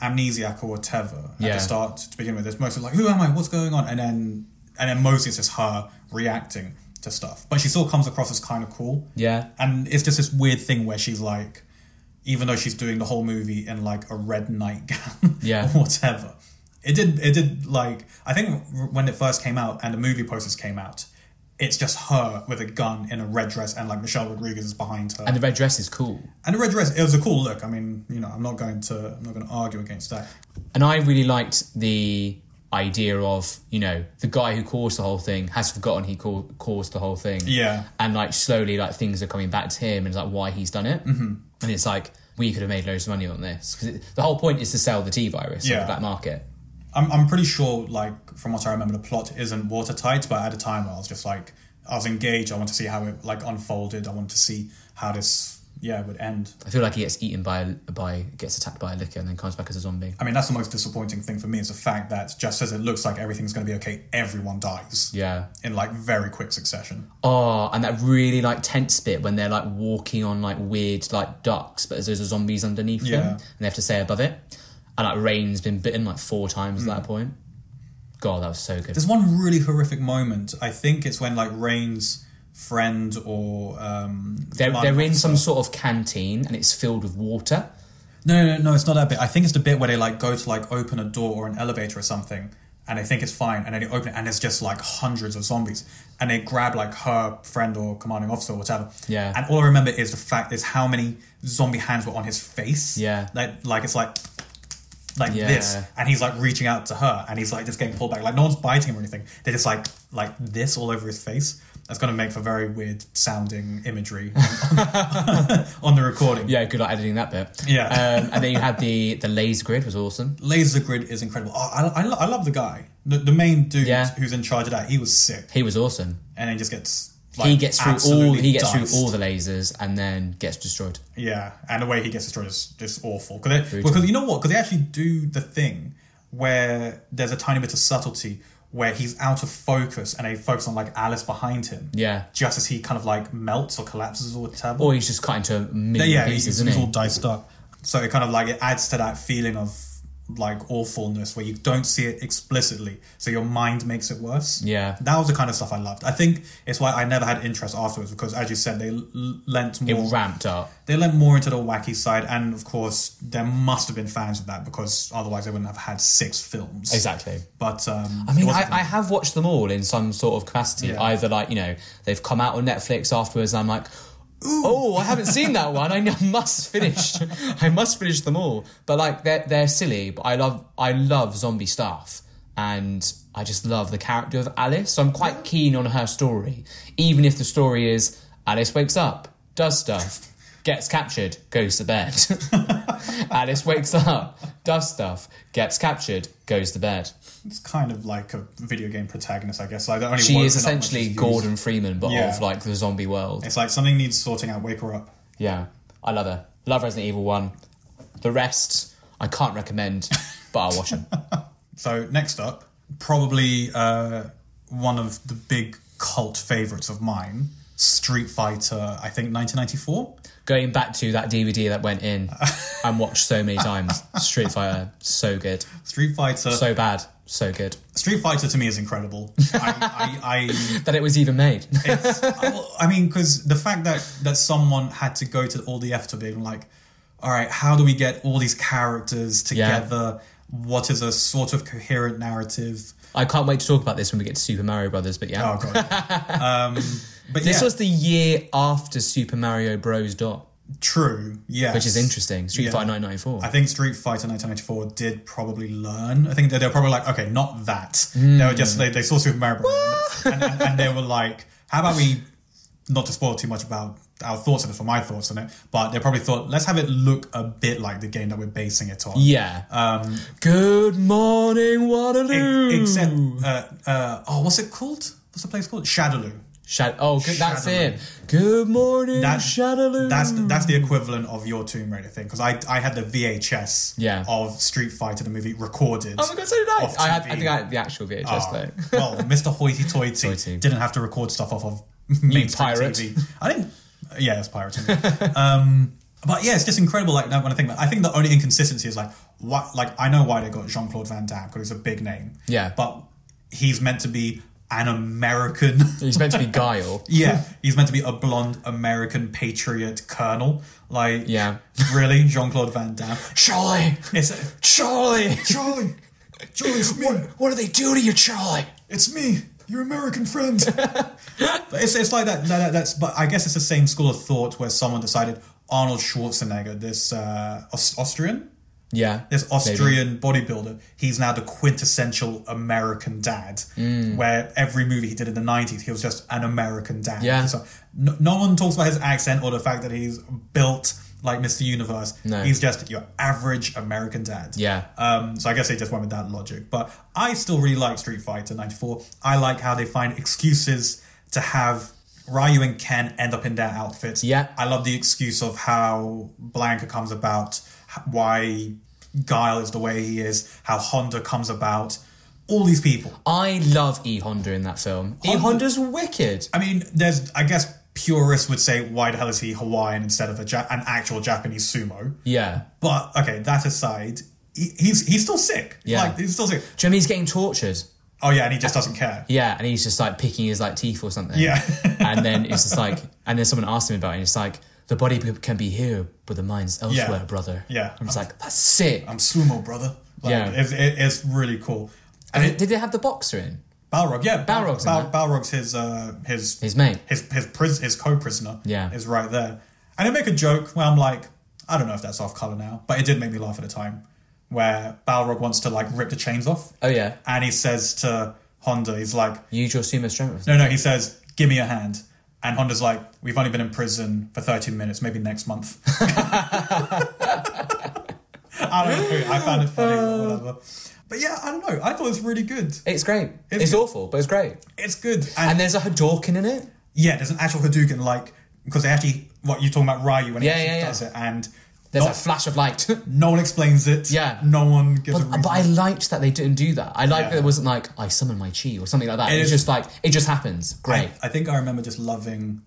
B: amnesiac or whatever at
A: Yeah.
B: the start to begin with. It's mostly like who am I? What's going on? And then and then mostly it's just her reacting to stuff, but she still comes across as kind of cool.
A: Yeah,
B: And it's just this weird thing where she's like, even though she's doing the whole movie in like a red nightgown,
A: Yeah.
B: or whatever. It did. It did. Like I think when it first came out and the movie posters came out, it's just her with a gun in a red dress and like Michelle Rodriguez is behind her.
A: and the red dress is cool.
B: And the red dress, it was a cool look. I mean, you know, I'm not going to, I'm not going to argue against that.
A: And I really liked the idea of, you know, the guy who caused the whole thing has forgotten he cau- caused the whole thing.
B: Yeah.
A: And like slowly, like things are coming back to him and like why he's done it. Mm-hmm. And it's like, we could have made loads of money on this. Because the whole point is to sell the T virus on
B: Yeah.
A: the black market.
B: I'm, I'm pretty sure, like from what I remember, the plot isn't watertight. But at the time, I was just like, I was engaged. I want to see how it like unfolded. I want to see how this, yeah, would end.
A: I feel like he gets eaten by, by gets attacked by a liquor and then comes back as a zombie.
B: I mean, that's the most disappointing thing for me is the fact that just as it looks like everything's going to be okay, everyone dies
A: Yeah.
B: in like very quick succession.
A: Oh, and that really like tense bit when they're like walking on like weird like ducks, but there's those zombies underneath them,
B: Yeah.
A: and they have to stay above it. And like Rain's been bitten like four times at that
B: Hmm.
A: point. God, that was so good.
B: There's one really horrific moment. I think it's when like Rain's friend or um,
A: They're,
B: commanding
A: they're in
B: officer-
A: some sort of canteen and it's filled with water.
B: No, no, no, it's not that bit. I think it's the bit where they like go to like open a door or an elevator or something, and they think it's fine, and then they open it, and there's just like hundreds of zombies, and they grab like her friend or commanding officer or whatever.
A: Yeah.
B: And all I remember is the fact is how many zombie hands were on his face.
A: Yeah.
B: Like, like it's like. Like
A: Yeah.
B: this, and he's like reaching out to her, and he's like just getting pulled back. Like no one's biting him or anything. They're just like like this all over his face, That's going to make for very weird sounding imagery on the recording.
A: Yeah, good luck editing that bit.
B: Yeah.
A: Um, and then you had the the laser grid was awesome.
B: Laser Grid is incredible. Oh, I, I, lo- I love the guy. The, the main dude
A: Yeah.
B: who's in charge of that, he was sick.
A: He was awesome.
B: And he just gets.
A: he
B: like,
A: gets through all
B: absolutely
A: he gets
B: diced.
A: through all the lasers and then gets destroyed.
B: Yeah, and the way he gets destroyed is just awful. Because because you know what? Because they actually do the thing where there's a tiny bit of subtlety where he's out of focus and they focus on like Alice behind him.
A: Yeah.
B: Just as he kind of like melts or collapses or whatever.
A: Or he's just cut into a million
B: yeah,
A: pieces,
B: he's,
A: isn't
B: he's
A: he?
B: all diced up. So it kind of like it adds to that feeling of like awfulness where you don't see it explicitly, so your mind makes it worse.
A: Yeah.
B: that was the kind of stuff I loved. I think it's why I never had interest afterwards because, as you said, they l- lent more
A: It ramped up.
B: they lent more into the wacky side, and of course, there must have been fans of that because otherwise they wouldn't have had six films.
A: Exactly.
B: But um,
A: I mean, I, I have watched them all in some sort of capacity.
B: Yeah.
A: Either like you know they've come out on Netflix afterwards, and I'm like, oh, I haven't seen that one. I must finish. I must finish them all. But like they're they're silly. But I love I love zombie stuff, and I just love the character of Alice. So I'm quite keen on her story, even if the story is Alice wakes up, does stuff. Gets captured, goes to bed. Alice wakes up, does stuff, gets captured, goes to bed.
B: it's kind of like a video game protagonist, I guess. Like the only
A: She
B: word
A: is
B: not much
A: essentially
B: used.
A: Gordon Freeman, but
B: Yeah.
A: of like the zombie world.
B: It's like something needs sorting out. Wake her up.
A: Yeah, I love her. Love Resident Evil One. The rest I can't recommend, but I'll watch them.
B: So next up, probably uh, one of the big cult favorites of mine, Street Fighter. I think 1994.
A: Going back to that DVD that went in and watched so many times. Street Fighter, so good,
B: Street Fighter.
A: so bad, so good
B: Street Fighter to me is incredible. I, I, I
A: that it was even made.
B: It's, well, I mean, because the fact that that someone had to go to all the effort of being like, all right, how do we get all these characters
A: Yeah.
B: together? What is a sort of coherent narrative?
A: I can't wait to talk about this when we get to Super Mario Brothers. But yeah,
B: Oh god. um, but
A: this
B: yeah,
A: was the year after Super Mario Bros. Dot,
B: true. Yeah,
A: which is interesting. Street
B: Yeah.
A: Fighter 994.
B: I think Street Fighter 1994 did probably learn. I think that they were probably like, okay, not that. They were just they, they saw Super Mario Bros. and, and, and they were like, how about we not to spoil too much about our thoughts on it, for my thoughts on it, but they probably thought, let's have it look a bit like the game that we're basing it on.
A: yeah.
B: Um,
A: Good morning, Waterloo.
B: E- Except, uh, uh, oh, what's it called? What's the place called? Shadaloo.
A: Shad- oh, good, that's
B: Shadaloo.
A: it. Good morning,
B: That-
A: Shadaloo.
B: That's that's the equivalent of your Tomb Raider thing because I I had the VHS
A: Yeah.
B: of Street Fighter the movie recorded.
A: oh my god, so did I.
B: Off
A: I, had, I
B: TV.
A: think I had the actual VHS
B: Ah,
A: though.
B: well, Mr. Hoity Toity
A: Hoity.
B: didn't have to record stuff off of mainstream
A: pirate.
B: TV. I think, yeah, that's pirating. um, but yeah, it's just incredible. Like now when I think about, I think the only inconsistency is like what, like I know why they got Jean Claude Van Damme because he's a big name.
A: Yeah.
B: but he's meant to be an American.
A: He's meant to be Guile.
B: yeah, he's meant to be a blonde American patriot colonel. Like,
A: Yeah.
B: really, Jean Claude Van Damme.
A: Charlie!
B: It's
A: Charlie!
B: Charlie. Charlie, it's me.
A: What do they do to you, Charlie?
B: It's me, your American friend. but it's, it's like that, that, That's but I guess it's the same school of thought where someone decided Arnold Schwarzenegger, this uh, Aus- Austrian,
A: Yeah.
B: this Austrian bodybuilder, he's now the quintessential American dad.
A: Mm.
B: Where every movie he did in the nineties, he was just an American dad.
A: Yeah.
B: So no, no one talks about his accent or the fact that he's built like Mr. Universe.
A: No.
B: He's just your average American dad.
A: Yeah.
B: Um, so I guess they just went with that logic. But I still really like Street Fighter 94. I like how they find excuses to have Ryu and Ken end up in their outfits.
A: Yeah.
B: I love the excuse of how Blanca comes about, h- why Guile is the way he is, how Honda comes about. All these people.
A: I love E Honda in that film. E Honda's wicked.
B: I mean, there's, I guess, purists would say, why the hell is he Hawaiian instead of a ja- an actual Japanese sumo?
A: Yeah.
B: But okay, that aside, he, he's he's still sick.
A: Yeah.
B: Like, he's still sick.
A: Do you know he's getting tortured?
B: Oh yeah, and he just doesn't care.
A: Yeah, and he's just like picking his like teeth or something.
B: Yeah.
A: and then it's just like, and then someone asked him about it, and it's like, the body can be here, but the mind's elsewhere, brother.
B: Yeah. Um,
A: I'm just like, that's sick.
B: I'm sumo, brother. Like,
A: Yeah.
B: it's, it, it's really cool. And it,
A: Did they have the boxer in?
B: Balrog, yeah,
A: Balrog's in
B: Bal,
A: that.
B: Balrog's his uh, his
A: His mate.
B: his his, pris- his co-prisoner.
A: Yeah.
B: is right there, and they make a joke where I'm like, I don't know if that's off color now, but it did make me laugh at the time, where Balrog wants to like rip the chains off,
A: Oh yeah.
B: and he says to Honda, he's like,
A: Use your sumo strength.
B: no, no, he says, give me a hand. And Honda's like, we've only been in prison for 13 minutes, maybe next month. I don't know. I found it funny, but whatever. But yeah, I don't know. I thought it was really good.
A: It's great. It's,
B: good.
A: awful, but it's great.
B: It's good.
A: And there's a Hadouken in it.
B: Yeah, there's an actual Hadouken, like because they actually what you're talking about Ryu when he
A: Yeah,
B: actually
A: yeah, yeah.
B: does it, and
A: There's
B: no,
A: a flash of light.
B: no one explains it.
A: Yeah.
B: no one gives a reason.
A: But, but I liked that they didn't do that. I liked
B: Yeah.
A: that it wasn't like I summon my chi or something like that.
B: It
A: It was
B: is-
A: just like it just happens. Great.
B: I, I think I remember just loving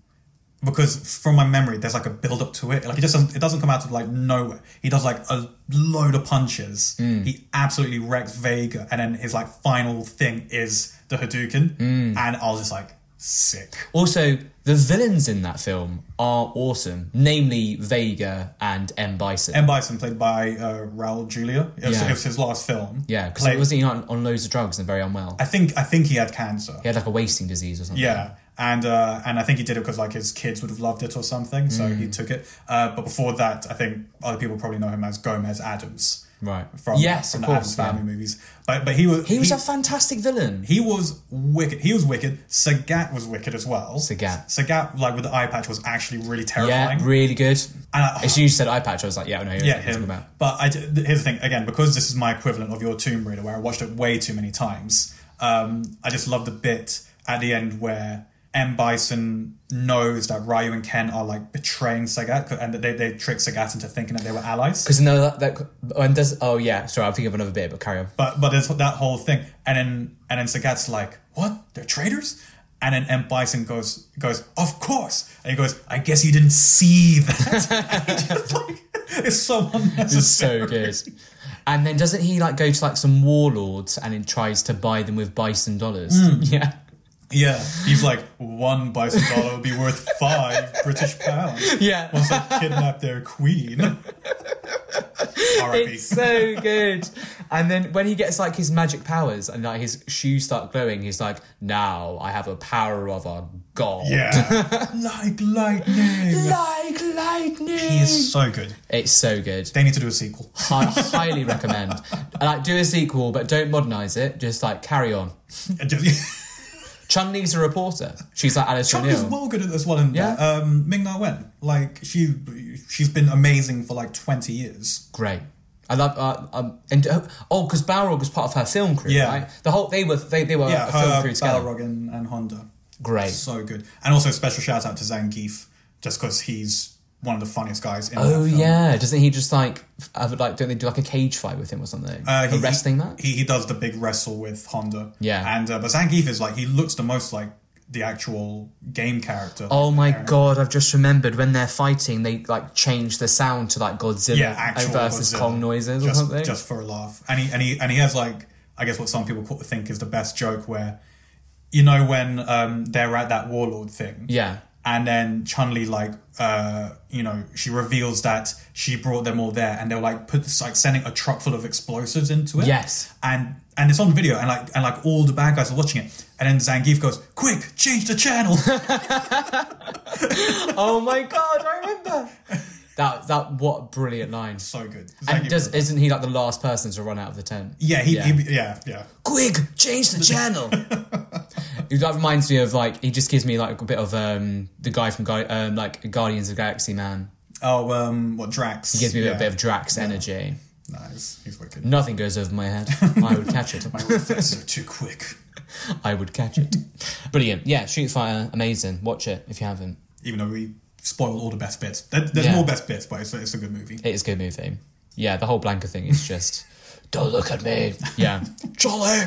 B: because from my memory, there's like a build up to it. Like it just doesn't, it doesn't come out of like nowhere. He does like a load of punches.
A: Mm.
B: He absolutely wrecks Vega, and then his like final thing is the Hadouken,
A: Mm.
B: and I was just like sick.
A: also, the villains in that film are awesome, namely Vega and M Bison.
B: M Bison played by uh, Raul Julia. It was,
A: Yeah.
B: it was his last film.
A: yeah, because
B: Played-
A: wasn't he on, on loads of drugs and very unwell?
B: I think I think he had cancer.
A: He had like a wasting disease or something.
B: Yeah, and uh, and I think he did it because like his kids would have loved it or something, so
A: Mm.
B: he took it. Uh, but before that, I think other people probably know him as Gomez Adams
A: Right.
B: from
A: yes,
B: from
A: of
B: the
A: course.
B: Adams
A: yeah.
B: Family movies. But but he was
A: He was a fantastic villain.
B: he was wicked. He was wicked. Sagat was wicked as well.
A: Sagat.
B: Sagat like with the eye patch was actually really
A: yeah,
B: terrifying.
A: really good.
B: and I,
A: As you said, eye patch. I was like, yeah, I know.
B: yeah,
A: what you're talking
B: him.
A: About.
B: But I, d- th- here's the thing again, because this is my equivalent of your Tomb Raider, where I watched it way too many times. Um, I just love the bit at the end where M Bison knows that Ryu and Ken are like betraying Sagat, 'cause- and that they they trick Sagat into thinking that they were allies.
A: Because no, that, that and does. Oh yeah, sorry, I'm thinking of another bit, but carry on.
B: But but there's that whole thing, and then and then Sagat's like, "What? They're traitors?" And then M Bison goes goes, "Of course," and he goes, "I guess you didn't see that." and he just like, it's so unnecessary.
A: so good. And then doesn't he like go to like some warlords and it tries to buy them with bison dollars?
B: Hmm.
A: Yeah.
B: Yeah, he's like one bison dollar would be worth five British pounds.
A: Yeah.
B: Once they kidnapped their queen. R.I.P.
A: It's so good. And then when he gets like his magic powers and like his shoes start glowing, he's like, Now I have a power of a god.
B: Yeah, like lightning.
A: Like lightning.
B: He's so good.
A: It's so good.
B: They need to do a sequel.
A: I highly recommend. Like do a sequel, but don't modernize it. Just like carry on. Chun Li's a reporter. She's like Alice
B: Trump is
A: O'Neill.
B: well good at this one.
A: Yeah.
B: Yeah. Um, Ming Na Wen, like she, she's been amazing for like twenty years.
A: Great. I love uh, um and oh because Balrog was part of her film crew
B: Yeah.
A: right the whole they were they, they were
B: Yeah,
A: a film
B: her,
A: crew together
B: Balrog, and, and Honda.
A: Great.
B: so good. And also special shout out to Zangief, just because he's one of the funniest guys in
A: oh
B: that film.
A: yeah doesn't he just like have, like don't they do like a cage fight with him or something
B: Uh,
A: a wrestling match
B: He, he does the big wrestle with Honda.
A: Yeah.
B: And uh, but Zangief is like he looks the most like the actual game character.
A: oh my
B: Apparently.
A: god I've just remembered when they're fighting they like change the sound to like Godzilla
B: Yeah, actual
A: versus
B: Godzilla.
A: Kong noises
B: just,
A: or something
B: Just for a laugh. And he and he and he has like I guess what some people call, think is the best joke where you know when um, they're at that warlord thing.
A: yeah
B: And then Chun Li, like, uh, you know, she reveals that she brought them all there, and they're like, put like sending a truck full of explosives into it.
A: Yes.
B: And and it's on video, and like and like all the bad guys are watching it, and then Zangief goes, "Quick, change the channel."
A: oh my god I remember that that what a brilliant line
B: so good.
A: and
B: Zangief
A: does
B: is-
A: isn't he like the last person to run out of the tent
B: yeah, he,
A: yeah.
B: he, yeah, yeah.
A: quick, change the channel. that reminds me of like he just gives me like a bit of um the guy from Guy um, like Guardians of the Galaxy man
B: Oh, um, what Drax?
A: gives me a
B: Yeah.
A: bit of Drax energy.
B: Nice. He's wicked.
A: Nothing goes over my head. I would catch it.
B: My reflexes are too quick.
A: I would catch it. Brilliant. Yeah, Street Fighter, amazing. Watch it if you haven't.
B: Even though we spoiled all the best bits. There, there's
A: Yeah.
B: more best bits, but it's, it's a good movie.
A: It is a good movie. Yeah, the whole Blanca thing is just don't look at me. Yeah, Jolly.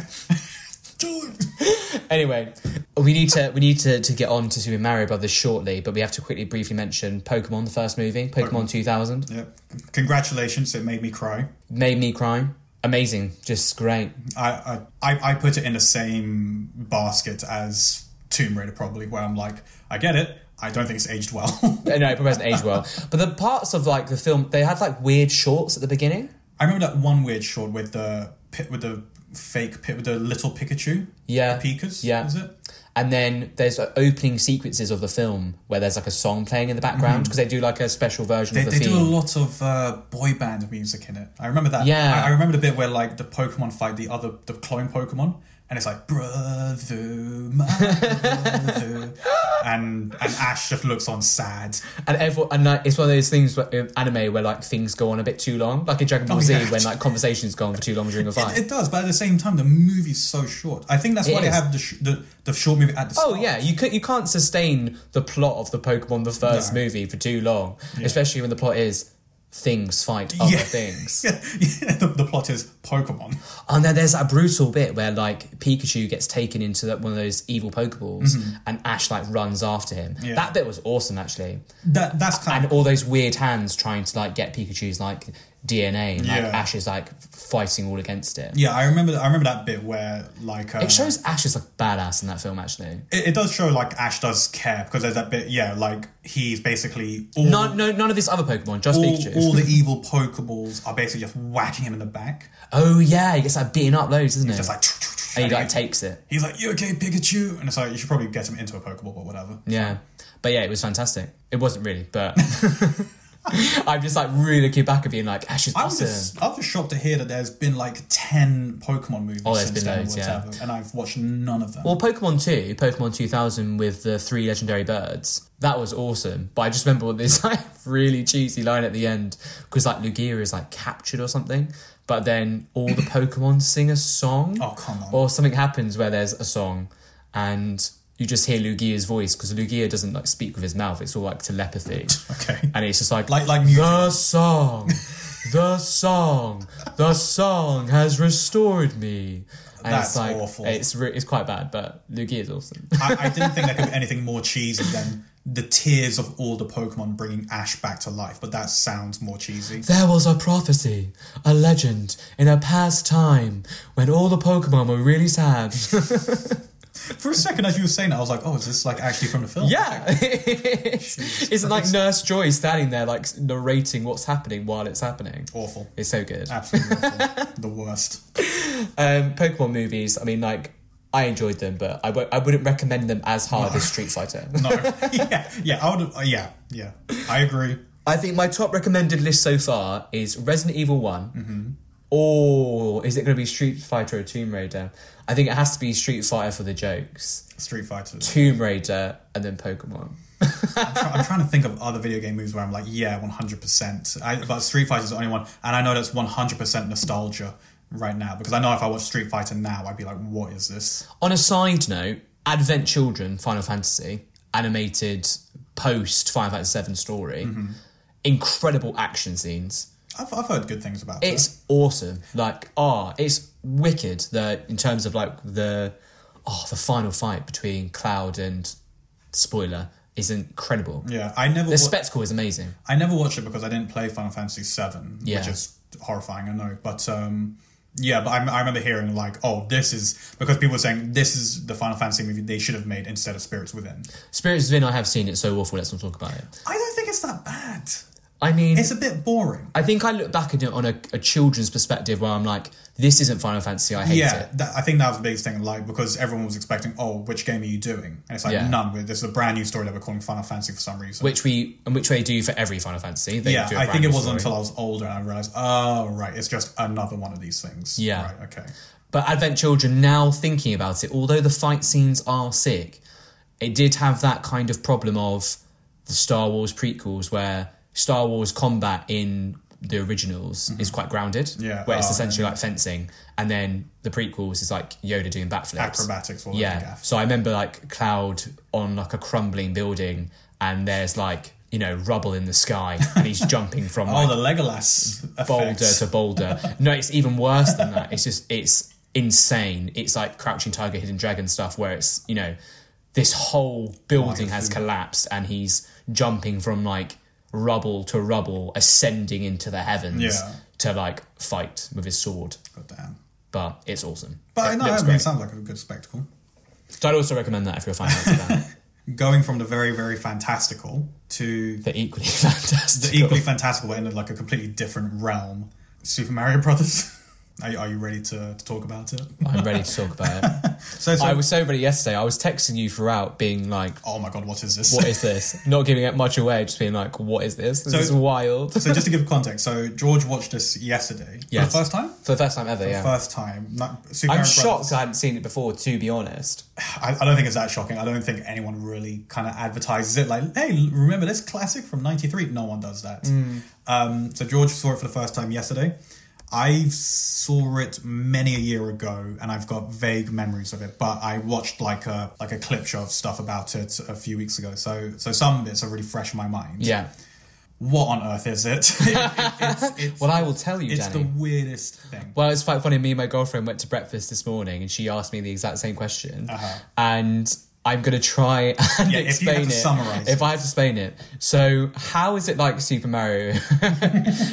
A: Anyway, we need to we need to, to get on to Super Mario Brothers shortly, but we have to quickly briefly mention Pokemon, the first movie, Pokemon 2000.
B: yeah. Congratulations, it made me cry.
A: made me cry. Amazing, just great.
B: I, I, I- I put it in the same basket as Tomb Raider, probably, where I'm like, I get it. I don't think it's aged well.
A: Uh, No, it probably hasn't aged well. But the parts of like the film, they had like weird shorts at the beginning.
B: I remember that one weird short with the pi- with the fake Pi- the little Pikachu.
A: Yeah.
B: the Pikas.
A: Yeah.
B: is it?
A: And then there's like, opening sequences of the film where there's like a song playing in the background because they do like a special version
B: Mm-hmm. They,
A: of the
B: they
A: theme.
B: do a lot of uh, boy band music in it. I remember that.
A: Yeah.
B: I, I remember the bit where like the Pokemon fight the other the clone Pokemon, and it's like brother, my brother, and and Ash just looks on sad.
A: And everyone, and like, it's one of those things where, in anime where like things go on a bit too long, like in Dragon Ball
B: Oh,
A: Z
B: yeah.
A: when like conversations go on for too long during a fight.
B: It does, but at the same time, the movie's so short. I think that's
A: It
B: why they
A: is.
B: have the, sh- the the short movie at the
A: Oh
B: start.
A: yeah, you could, you can't sustain the plot of the Pokemon the first
B: No.
A: movie for too long, especially when the plot is things fight other
B: Yeah.
A: things.
B: yeah, yeah. The, the plot is Pokemon.
A: And then there's that brutal bit where like Pikachu gets taken into that one of those evil Pokeballs, and Ash like runs after him.
B: Mm-hmm. Yeah.
A: That bit was awesome actually,
B: That that's kind
A: and all those weird hands trying to like get Pikachu's like DNA, and like
B: Yeah.
A: Ash is like fighting all against it.
B: of yeah. I remember I remember that bit where like uh,
A: It shows Ash is like badass in that film actually.
B: It, it does show like Ash does care because there's that bit, yeah, like he's basically all,
A: No, no, none of this other Pokemon, just
B: all,
A: Pikachu.
B: all the evil Pokeballs are basically just whacking him in the back.
A: oh yeah, he gets like beaten up loads, isn't it?
B: Just like,
A: and he like takes it.
B: he's like, you okay, Pikachu? And it's like, you should probably get him into a Pokeball, but whatever.
A: Yeah. But yeah, it was fantastic. It wasn't really, but I'm just like really looking back at being like, Ash is
B: I was
A: awesome.
B: just, I was just shocked to hear that there's been like 10 Pokemon movies
A: Oh, there's
B: since
A: been
B: then, or
A: loads, yeah.
B: whatever, and I've watched none of them.
A: Well, Pokemon 2, Pokemon 2000 with the three legendary birds, that was awesome. But I just remember this like really cheesy line at the end because like Lugia is like captured or something. But then all the Pokemon sing a song.
B: Oh, come on.
A: Or something happens where there's a song and you just hear Lugia's voice because Lugia doesn't like speak with his mouth. It's all like telepathy.
B: okay.
A: and it's just like
B: Like- like music.
A: the song, the song, the song has restored me. And it's
B: That's
A: like,
B: awful.
A: It's re- it's quite bad, but Lugia is awesome.
B: I, I didn't think there could be anything more cheesy than the tears of all the Pokemon bringing Ash back to life, but that sounds more cheesy.
A: There was a prophecy, a legend, in a past time when all the Pokemon were really sad.
B: For a second, as you were saying that, I was like, oh, is this like actually from the film?
A: yeah, it's like Nurse Joy standing there, like narrating what's happening while it's happening.
B: Awful.
A: It's so good.
B: Absolutely awful. the worst.
A: Um, Pokemon movies. I mean, like I enjoyed them, but I w- I wouldn't recommend them as hard as Street Fighter.
B: No. yeah. Yeah. I would. Uh, yeah. Yeah. I agree.
A: I think my top recommended list so far is Resident Evil One, or is it going to be Street Fighter or Tomb Raider? I think it has to be Street Fighter for the jokes,
B: Street Fighter.
A: Tomb Raider, and then Pokemon.
B: I'm, try- I'm trying to think of other video game movies where I'm like, yeah, 100%. I, but Street Fighter's the only one, and I know that's 100% nostalgia right now because I know if I watch Street Fighter now, I'd be like, what is this?
A: On a side note, Advent Children, Final Fantasy, animated post Final Fantasy VII story, incredible action scenes.
B: I've, I've heard good things about it.
A: It's awesome. Like, ah, it's wicked. The in terms of like the oh, the final fight between Cloud and spoiler is incredible.
B: Yeah, I never.
A: The
B: wa-
A: spectacle is amazing.
B: I never watched it because I didn't play Final Fantasy VII,
A: Yeah.
B: which is horrifying, I know. But um, yeah, but I, I remember hearing like, oh, this is because people were saying this is the Final Fantasy movie they should have made instead of Spirits Within.
A: Spirits Within, I have seen it so awful. Let's not talk about it.
B: I don't think it's that bad.
A: I mean,
B: It's a bit boring.
A: I think I look back at it on a, a children's perspective where I'm like, this isn't Final Fantasy. I hate
B: Yeah,
A: it.
B: that, I think that was the biggest thing. Like because everyone was expecting, oh, which game are you doing? And it's like
A: Yeah.
B: none. We're- This is a brand new story that we're calling Final Fantasy for some reason.
A: Which we and which they do for every Final Fantasy. They
B: yeah,
A: do a
B: I
A: brand
B: think it
A: new
B: wasn't
A: story.
B: until I was older and I realized, oh right, it's just another one of these things.
A: Yeah.
B: right, okay.
A: But Advent Children, now thinking about it, although the fight scenes are sick, it did have that kind of problem of the Star Wars prequels where Star Wars combat in the originals is quite grounded,
B: Mm-hmm. Yeah.
A: where it's
B: Oh,
A: essentially like fencing, and then the prequels is like Yoda doing backflips.
B: Acrobatics, all that
A: Yeah.
B: gaff.
A: So I remember like Cloud on like a crumbling building, and there's like you know rubble in the sky, and he's jumping from like
B: Oh, the Legolas
A: boulder
B: effects.
A: to boulder. No, it's even worse than that. It's just it's insane. It's like Crouching Tiger, Hidden Dragon stuff, where it's you know this whole building has collapsed and he's jumping from like rubble to rubble, ascending into the heavens
B: Yeah.
A: to like fight with his sword.
B: God damn.
A: But it's awesome.
B: But I
A: it
B: know, I
A: looks
B: mean,
A: great.
B: it sounds like a good spectacle.
A: So I'd also recommend that if you're a fan of that.
B: Going from the very, very fantastical to
A: They're equally fantastic.
B: equally fantastical, but in like a completely different realm. Super Mario Brothers. Are, are you ready to, to talk about it?
A: I'm ready to talk about it.
B: So, so
A: I was so ready yesterday. I was texting you throughout, being like,
B: oh my god, what is this?
A: "What is this?" Not giving it much away, just being like, "What is this? This
B: So-
A: is wild."
B: so just to give context, so George watched this yesterday
A: Yes.
B: for the first time.
A: For the first time ever, yeah.
B: First time. Not, Super
A: I'm
B: Mario Brothers.
A: shocked I hadn't seen it before. To be honest,
B: I, I don't think it's that shocking. I don't think anyone really kind of advertises it. Like, hey, remember this classic from '93? No one does that.
A: Hmm.
B: Um, so George saw it for the first time yesterday. I saw it many a year ago, and I've got vague memories of it. But I watched like a like a clip show of stuff about it a few weeks ago. So so some bits are really fresh in my mind.
A: yeah.
B: What on earth is it? it's it's,
A: Well, I will tell you,
B: it's
A: Danny.
B: the weirdest thing.
A: Well, it's quite funny. Me and my girlfriend went to breakfast this morning, and she asked me the exact same question. And I'm going to try and
B: Uh-huh. Yeah, if you
A: explain
B: had to
A: it.
B: summarise
A: If I have to explain it, so how is it like Super Mario?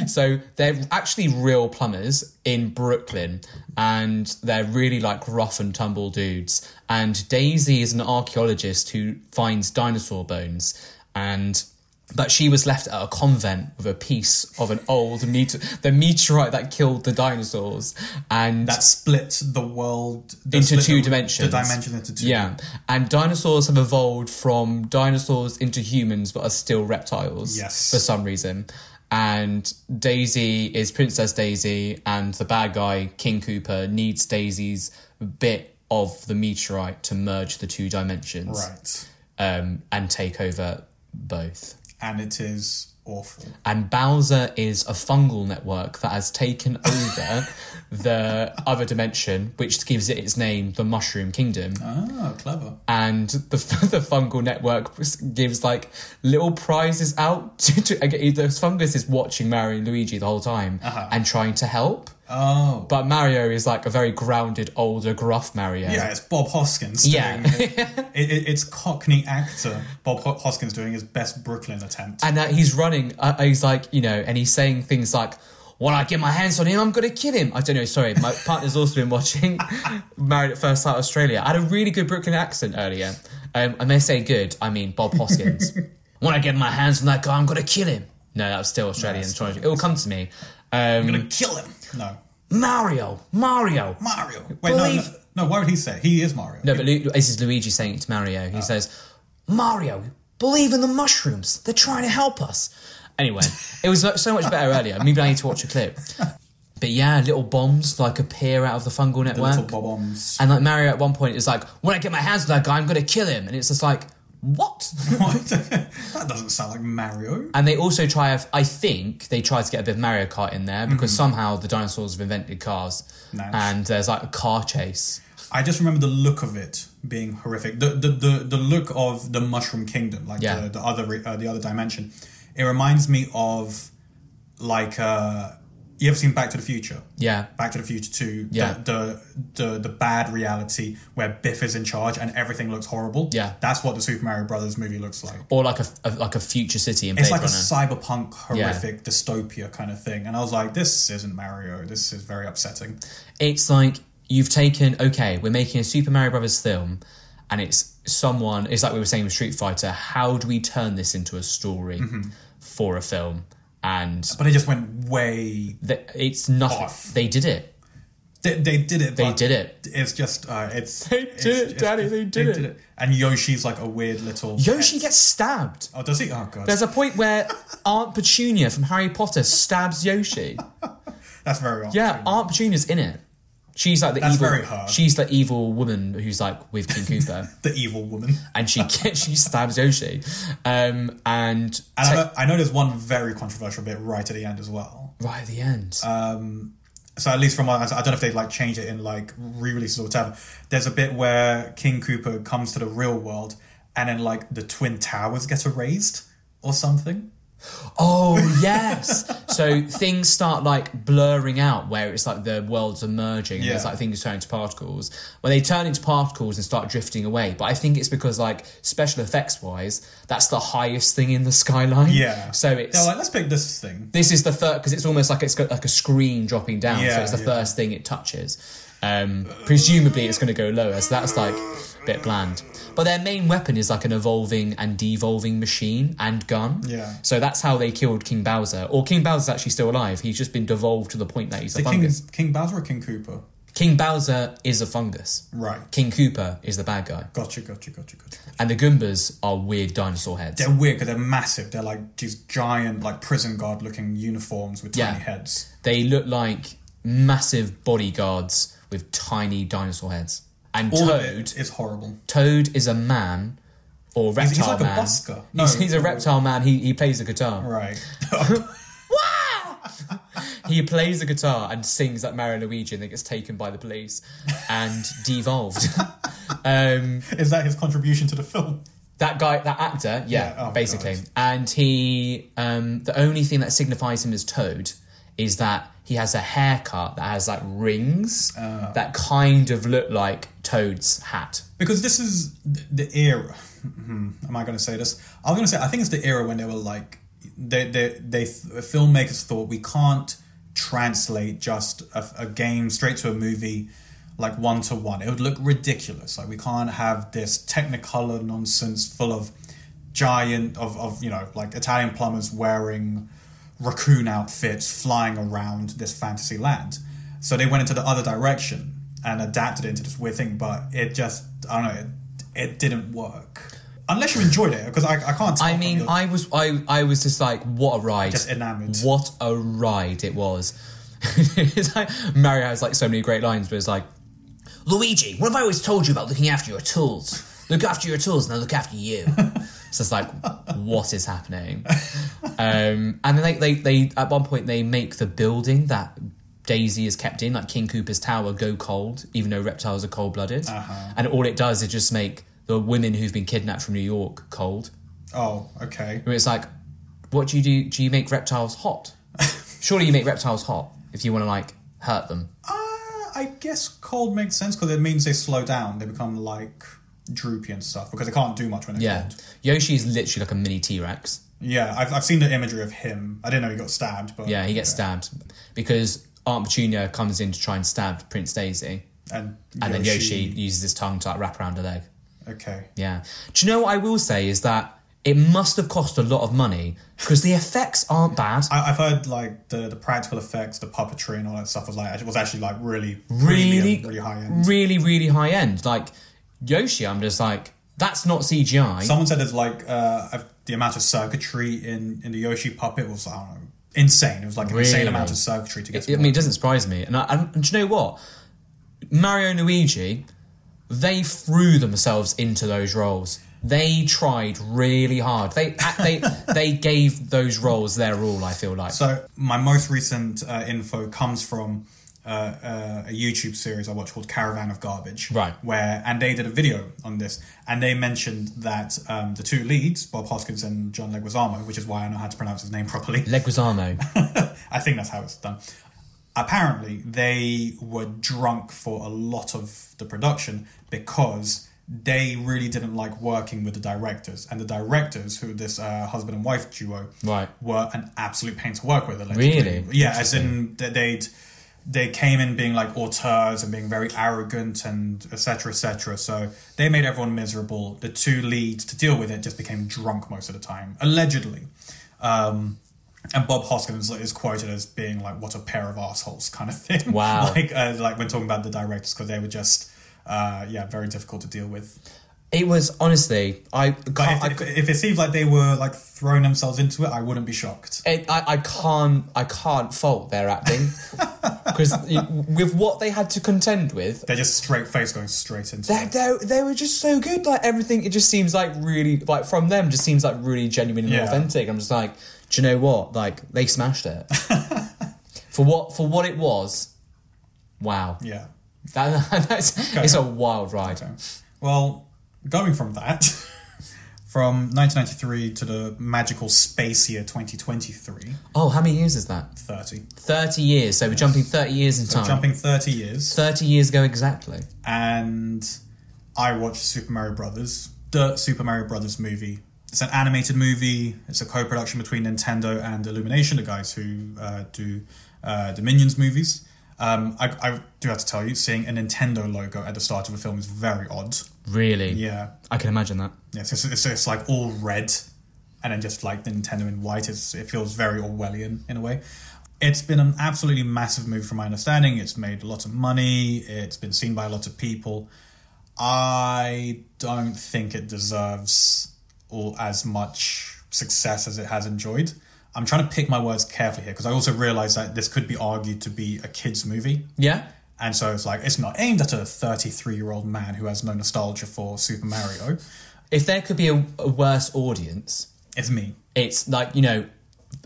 A: so they're actually real plumbers in Brooklyn, and they're really like rough and tumble dudes. And Daisy is an archaeologist who finds dinosaur bones, and but she was left at a convent with a piece of an old meteor, the meteorite that killed the dinosaurs, and
B: That split the world that
A: into
B: split
A: two
B: the-
A: dimensions.
B: The dimension into two.
A: Yeah, and dinosaurs have evolved from dinosaurs into humans, but are still reptiles.
B: Yes.
A: for some reason. And Daisy is Princess Daisy, and the bad guy King Cooper needs Daisy's bit of the meteorite to merge the two dimensions
B: Right.
A: um, and take over both.
B: and it is awful.
A: and Bowser is a fungal network that has taken over the other dimension, which gives it its name, the Mushroom Kingdom.
B: Ah, clever.
A: And the the fungal network gives like little prizes out to, to again, the fungus is watching Mario and Luigi the whole time and trying to help.
B: Oh.
A: But Mario is like a very grounded, older, gruff Mario.
B: Yeah, it's Bob Hoskins.
A: Yeah.
B: Doing, it, it, it's Cockney actor Bob Ho- Hoskins doing his best Brooklyn attempt.
A: and that he's running. Uh, he's like, you know, and he's saying things like, "When I get my hands on him, I'm gonna kill him." I don't know. Sorry, my partner's also been watching Married at First Sight Australia. I had a really good Brooklyn accent earlier. Um, I may say good. I mean Bob Hoskins. when I get my hands on that guy, I'm gonna kill him. No, that was still Australian.
B: That's
A: Sorry. it will come to me. Um,
B: gonna kill him. No,
A: Mario, Mario.
B: Mario. Wait, no, no,
A: Believe-
B: no. Why would he say? it? He is Mario.
A: No, but Lu- this is Luigi saying it to Mario. He says, "Mario, believe in the mushrooms. They're trying to help us." Anyway, it was like, so much better earlier. Maybe I need to watch a clip. But yeah, little bombs like appear out of the fungal network,
B: Little Bob Oms.
A: and like Mario at one point is like, "When I get my hands on that guy, I'm gonna kill him," and it's just like, "What?"
B: What? that doesn't sound like Mario.
A: And they also try, I think they try to get a bit of Mario Kart in there because somehow the dinosaurs have invented cars,
B: Mm-hmm. Nice.
A: and there's like a car chase.
B: I just remember the look of it being horrific. The the, the, the look of the Mushroom Kingdom, like
A: Yeah.
B: the, the other re- uh, the other dimension. It reminds me of like uh, you ever seen Back to the Future?
A: Yeah,
B: Back to the Future Two.
A: Yeah.
B: The, the the the bad reality where Biff is in charge and everything looks horrible.
A: Yeah.
B: That's what the Super Mario Brothers movie looks like.
A: or like a, a like a future city in Blade
B: It's like a
A: Runner.
B: cyberpunk horrific dystopia kind of thing. And I was like, this isn't Mario. This is very upsetting.
A: it's like you've taken okay we're making a super mario brothers film and it's someone it's like we were saying with street fighter how do we turn this into a story
B: Mm-hmm.
A: for a film and
B: But it just went way.
A: th- it's nothing
B: Off.
A: they did it
B: They, they did it.
A: they did it
B: It's just uh, it's
A: They did
B: it's
A: it,
B: just-
A: Daddy, they did it.
B: And Yoshi's like a weird little
A: yoshi gets stabbed
B: Oh, does he? Oh god,
A: there's a point where aunt petunia from harry potter stabs yoshi
B: that's very odd.
A: yeah aunt petunia's in it she's like the
B: That's
A: evil
B: very hard.
A: she's the evil woman who's like with king cooper
B: the evil woman.
A: and she she stabs yoshi um and
B: And I, know, I know there's one very controversial bit right at the end as well.
A: right at the end.
B: So at least from what I, I don't know if they like change it in like re-releases or whatever. There's a bit where King Cooper comes to the real world, and then like the twin towers get erased or something.
A: oh yes. so things start like blurring out where it's like the worlds are merging and there's
B: Yeah.
A: like things turn into particles. When they turn into particles and start drifting away, but I think it's because like special effects wise, that's the highest thing in the skyline.
B: Yeah.
A: So it's
B: They're like, let's pick this thing.
A: this is the third because it's almost like it's got like a screen dropping down, so
B: Yeah,
A: it's the
B: yeah.
A: first thing it touches. Um, presumably, it's going to go lower, so that's like a bit bland. But their main weapon is like an evolving and devolving machine and gun.
B: Yeah.
A: So that's how they killed King Bowser. Or King Bowser's actually still alive. He's just been devolved to the point that he's a
B: The King,
A: fungus.
B: King Bowser or King Cooper?
A: King Bowser is a fungus.
B: Right.
A: King Cooper is the bad guy.
B: Gotcha, gotcha, gotcha, gotcha.
A: And the Goombas are weird dinosaur heads.
B: They're weird because they're massive. They're like these giant, like prison guard looking uniforms with tiny
A: Yeah.
B: heads.
A: They look like massive bodyguards with tiny dinosaur heads. And
B: All of
A: Toad,
B: it is horrible.
A: Toad is a man or reptile
B: he's like a
A: man.
B: busker. No.
A: he's, he's a reptile man. He, he plays the guitar.
B: Right.
A: He plays the guitar and sings like Mario and Luigi and then gets taken by the police and devolved. um,
B: is that his contribution to the film?
A: that guy, that actor, yeah,
B: Yeah, oh,
A: basically.
B: God.
A: And he, um, the only thing that signifies him as Toad is that he has a haircut that has like rings
B: Oh.
A: that kind of look like Toad's hat.
B: Because this is th- the era. Hmm, Am I going to say this? I'm going to say I think it's the era when they were like they they they filmmakers thought we can't translate just a, a game straight to a movie like one to one. It would look ridiculous. Like we can't have this Technicolor nonsense full of giant of of you know like Italian plumbers wearing raccoon outfits flying around this fantasy land. So they went into the other direction and adapted it into this weird thing, but it just I don't know, it, it didn't work. Unless you enjoyed it, because I, I can't. Tell
A: I
B: from
A: mean,
B: your-
A: I was I I was just like, what a ride!
B: Just enamoured.
A: What a ride it was. it's like Mario has like so many great lines, but it's like, Luigi, what have I always told you about looking after your tools? Look after your tools, now look after you. so it's like, what is happening? Um, and then they, they they at one point they make the building that. Daisy is kept in, like King Cooper's tower, go cold, even though reptiles are cold blooded. And all it does is just make the women who've been kidnapped from New York cold.
B: oh, okay.
A: Where it's like, what do you do? Do you make reptiles hot? Surely you make reptiles hot if you want to like hurt them.
B: Uh, I guess cold makes sense because it means they slow down. They become like droopy and stuff because they can't do much when they're
A: Yeah,
B: cold.
A: Yoshi is literally like a mini T Rex.
B: Yeah, I've, I've seen the imagery of him. I didn't know he got stabbed, but
A: Yeah, he gets stabbed because Aunt Petunia comes in to try and stab Prince Daisy,
B: and
A: and then Yoshi uses his tongue to like, wrap around her leg.
B: Okay,
A: Yeah. Do you know what I will say is that it must have cost a lot of money because the effects aren't bad.
B: I, I've heard like the, the practical effects, the puppetry, and all that stuff was like was actually like really
A: really,
B: really high end.
A: really, really high end. Like Yoshi, I'm just like that's not CGI.
B: Someone said there's like uh, I've- the amount of circuitry in in the Yoshi puppet was I don't know insane. It was like an insane
A: Really?
B: amount of circuitry to get. To
A: I mean, it doesn't surprise me. And, I, and, and do you know what? Mario and Luigi, they threw themselves into those roles. They tried really hard. They they they gave those roles their all. I feel like
B: So my most recent uh, info comes from uh, uh, a YouTube series I watched called Caravan of Garbage,
A: Right.
B: Where and they did a video on this, and they mentioned that um, the two leads, Bob Hoskins and John Leguizamo, which is why I know how to pronounce his name properly.
A: Leguizamo.
B: I think that's how it's done. Apparently, they were drunk for a lot of the production because they really didn't like working with the directors, and the directors, who this uh, husband and wife duo,
A: Right.
B: were an absolute pain to work with. allegedly.
A: Really?
B: Yeah, as in that they'd they came in being like auteurs and being very arrogant and etc cetera, etc. So they made everyone miserable. The two leads to deal with it just became drunk most of the time, allegedly. Um, and Bob Hoskins is quoted as being like, "What a pair of assholes," kind of thing.
A: Wow.
B: like uh, like when talking about the directors because they were just. Uh, yeah, very difficult to deal with.
A: It was honestly, I can't,
B: But
A: I,
B: if, if, if it seems like they were like throwing themselves into it, I wouldn't be shocked.
A: it, I, I can't I can't fault their acting because with what they had to contend with,
B: They're just straight face going straight into
A: they,
B: it.
A: they, they were just so good. Like everything, it just seems like really like from them, just seems like really genuine and
B: Yeah.
A: authentic. I'm just like, do you know what? Like they smashed it for what for what it was. Wow,
B: Yeah.
A: that, that's it's a wild ride.
B: Well, going from that, from 1993 to the magical space year 2023,
A: Oh, how many years is that?
B: 30.
A: Thirty years. So we're jumping thirty years in time.
B: Jumping 30 years,
A: Thirty years ago exactly.
B: and I watched Super Mario Brothers, the Super Mario Brothers movie. It's an animated movie. It's a co-production between Nintendo and Illumination, the guys who uh, do uh, the Minions movies. Um, I, I do have to tell you, seeing a Nintendo logo at the start of a film is very odd.
A: Really?
B: Yeah,
A: I can imagine that.
B: yeah. So it's, it's, it's like all red, and then just like the Nintendo in white. It's, it feels very Orwellian in a way. It's been an absolutely massive move, from my understanding. It's made lots of money. It's been seen by lots of people. I don't think it deserves all as much success as it has enjoyed. I'm trying to pick my words carefully here because I also realize that this could be argued to be a kids' movie.
A: Yeah.
B: And so it's like, it's not aimed at a 33 year old man who has no nostalgia for Super Mario.
A: If there could be a, a worse audience,
B: It's me.
A: it's like you know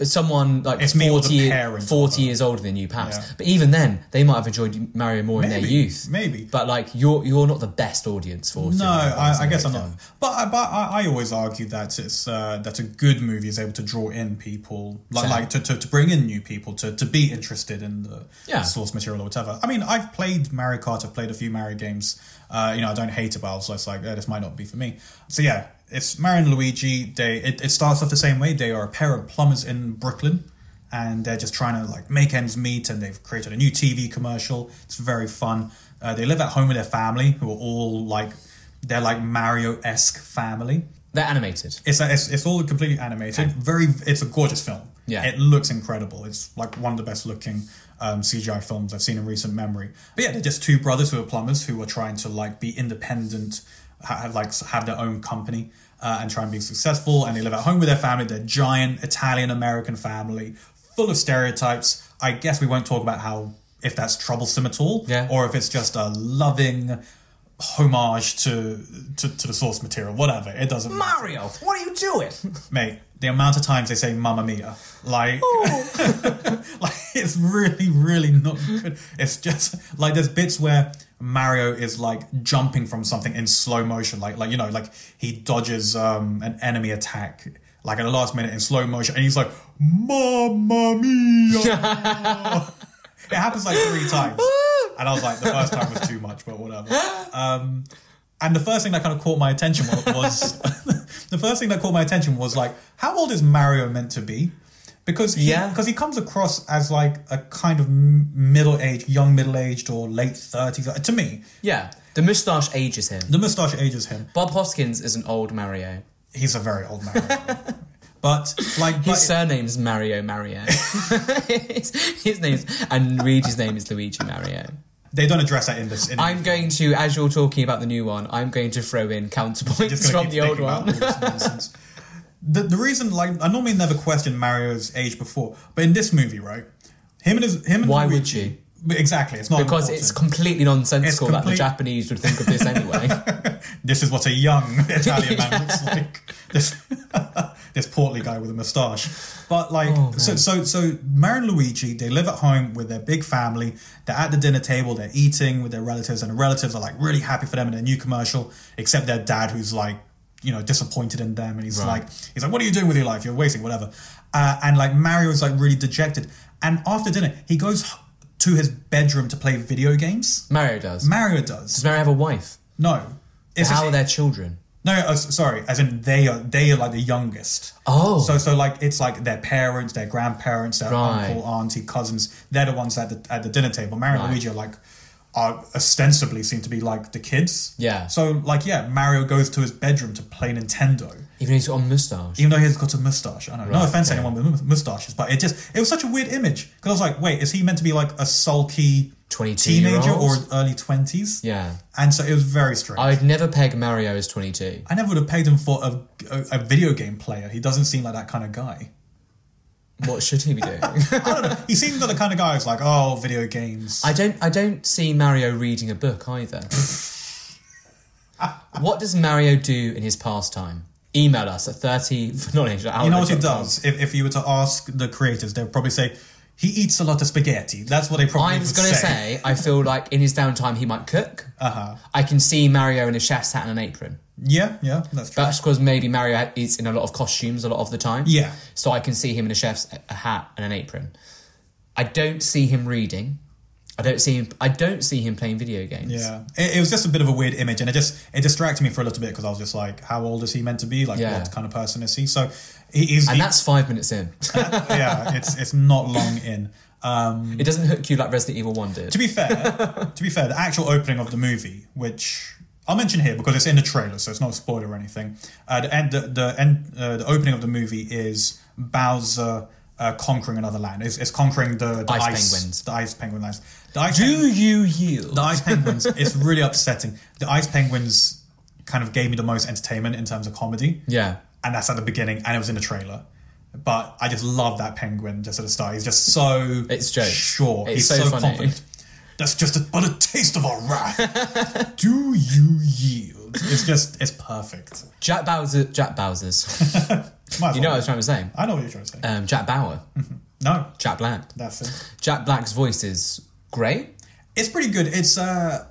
A: someone like
B: It's me or
A: 40,
B: the
A: year-
B: parent
A: 40
B: or-
A: years older than you perhaps
B: Yeah.
A: but even then they might have enjoyed mario more in their
B: Maybe,
A: youth
B: maybe.
A: but like you're you're not the best audience for
B: No, I, I guess I'm not. But I, but I, I always argue that it's uh, that a good movie is able to draw in people, like,
A: Same.
B: like to, to, to bring in new people to, to be interested in the
A: Yeah.
B: source material or whatever. I mean, I've played Mario Kart. I've played a few Mario games. Uh, you know, I don't hate it, but I was just like, eh, this might not be for me. So yeah, it's Mario and Luigi. They it, it starts off the same way. They are a pair of plumbers in Brooklyn. And they're just trying to like make ends meet, and they've created a new TV commercial. It's very fun. Uh, they live at home with their family, who are all like they're like Mario esque family.
A: they're animated
B: It's, it's it's all completely animated. Very, it's a gorgeous film.
A: Yeah.
B: it looks incredible. It's like one of the best looking um, CGI films I've seen in recent memory. But yeah, they're just two brothers who are plumbers who are trying to like be independent, ha- have, like have their own company. Uh, and try and be successful, and they live at home with their family. They're giant Italian American family, full of stereotypes. I guess we won't talk about how if that's troublesome at all,
A: Yeah.
B: or if it's just a loving homage to to, to the source material. Whatever, it doesn't matter
A: mario what are you doing
B: mate, the amount of times they say "Mamma Mia," like, like it's really, really not good. It's just like there's bits where Mario is like jumping from something in slow motion, like, like you know, like he dodges um, an enemy attack. Like at the last minute in slow motion, and he's like, "Mamma mia!" it happens like three times, and I was like, the first time was too much, but whatever. Um, And the first thing that kind of caught my attention wa- was the first thing that caught my attention was like, how old is Mario meant to be? Because he,
A: Yeah.
B: because he comes across as like a kind of m- middle aged, young middle aged, or late thirties. Uh, To me,
A: yeah the mustache ages him
B: the moustache ages him.
A: bob hoskins is an old mario
B: He's a very old Mario. but like,
A: his
B: but,
A: surname's Mario Mario. his, his name's and Luigi's name is Luigi Mario.
B: they don't address that in this. In
A: I'm going to, as you're talking about the new one, I'm going to throw in counterpoints
B: just gonna
A: from
B: keep
A: the old
B: thinking about
A: one.
B: all this nonsense. the, the reason, like, I normally never question Mario's age before, but in this movie, right? Him and his him. And
A: Why would
B: Luigi-
A: you?
B: Exactly, it's not
A: Because
B: important.
A: it's completely nonsensical
B: It's
A: that the
B: complete-
A: Japanese would think of this anyway.
B: this is what a young Italian man looks like. This this portly guy with a moustache. But like so so so Mary and Luigi, they live at home with their big family. They're at the dinner table, they're eating with their relatives, and the relatives are like really happy for them in their new commercial, except their dad who's like, you know, disappointed in them and he's like he's like, What are you doing with your life? You're wasting whatever. Uh, and like Mario's like really dejected. And after dinner, he goes h- to his bedroom to play video games.
A: Mario does.
B: Mario does.
A: Does Mario have a wife?
B: No. It's
A: How
B: just-
A: are their children?
B: no, uh, s- sorry. As in, they are they are like the youngest.
A: Oh.
B: so so like it's like their parents, their grandparents, their
A: Right.
B: uncle, auntie, cousins. They're the ones at the at the dinner table. Mario
A: Right.
B: and Luigi are like are ostensibly seem to be like the kids.
A: Yeah.
B: So like yeah, Mario goes to his bedroom to play Nintendo,
A: Even though he's got a moustache.
B: even though he's got a mustache. I know. no
A: Right,
B: offense
A: yeah.
B: to anyone with mustaches, but it just it was such a weird image because I was like, wait, is he meant to be like a sulky
A: 22
B: teenager
A: year
B: or
A: old?
B: early twenties?
A: Yeah.
B: And so it was very strange.
A: I'd never peg Mario as 22.
B: I never would have paid him for a, a, a video game player. He doesn't seem like that kind of guy.
A: What should he be doing?
B: I don't know. He seems like the kind of guy who's like, oh, video games.
A: I don't I don't see Mario reading a book either. what does Mario do in his pastime? Email us at 30 not age,
B: you know what he does? If, if you were to ask the creators, they'd probably say, he eats a lot of spaghetti. That's what they probably
A: I was
B: would
A: going to
B: say.
A: say, I feel like in his downtime he might cook. Uh-huh. I can see Mario in a chef's hat and an apron.
B: Yeah, yeah, that's true.
A: That's because maybe Mario is in a lot of costumes a lot of the time.
B: Yeah.
A: So I can see him in a chef's a hat and an apron. I don't see him reading. I don't see him. I don't see him playing video games.
B: Yeah, it, it was just a bit of a weird image, and it just it distracted me for a little bit because I was just like, how old is he meant to be? Like,
A: Yeah.
B: what kind of person is he? So he, he's
A: and
B: he-
A: that's five minutes in.
B: yeah, it's it's not long in.
A: it doesn't hook you like Resident Evil One did.
B: To be fair, to be fair, the actual opening of the movie, which I'll mention here because it's in the trailer, so it's not a spoiler or anything. Uh, the end, the, the end, uh, the opening of the movie is Bowser uh, conquering another land. It's, it's conquering the, the
A: Ice
B: ice,
A: penguins.
B: the ice penguin lands. The ice
A: Do you yield?
B: the ice penguins it's really upsetting the ice penguins kind of gave me the most entertainment in terms of comedy
A: Yeah.
B: and that's at the beginning and it was in the trailer but i just love that penguin just at the start he's just so
A: It's jokes.
B: sure
A: It's
B: he's
A: so
B: so,
A: funny.
B: confident that's just a, but a taste of our wrath do you yield it's just it's perfect
A: Jack Bowser. Jack Bowser's.
B: Might as
A: you know what I
B: well.
A: was trying to say.
B: i know what you're trying to say
A: Um, Jack Bauer.
B: no
A: Jack Black.
B: that's it
A: Jack Black's voice is great.
B: it's pretty good it's uh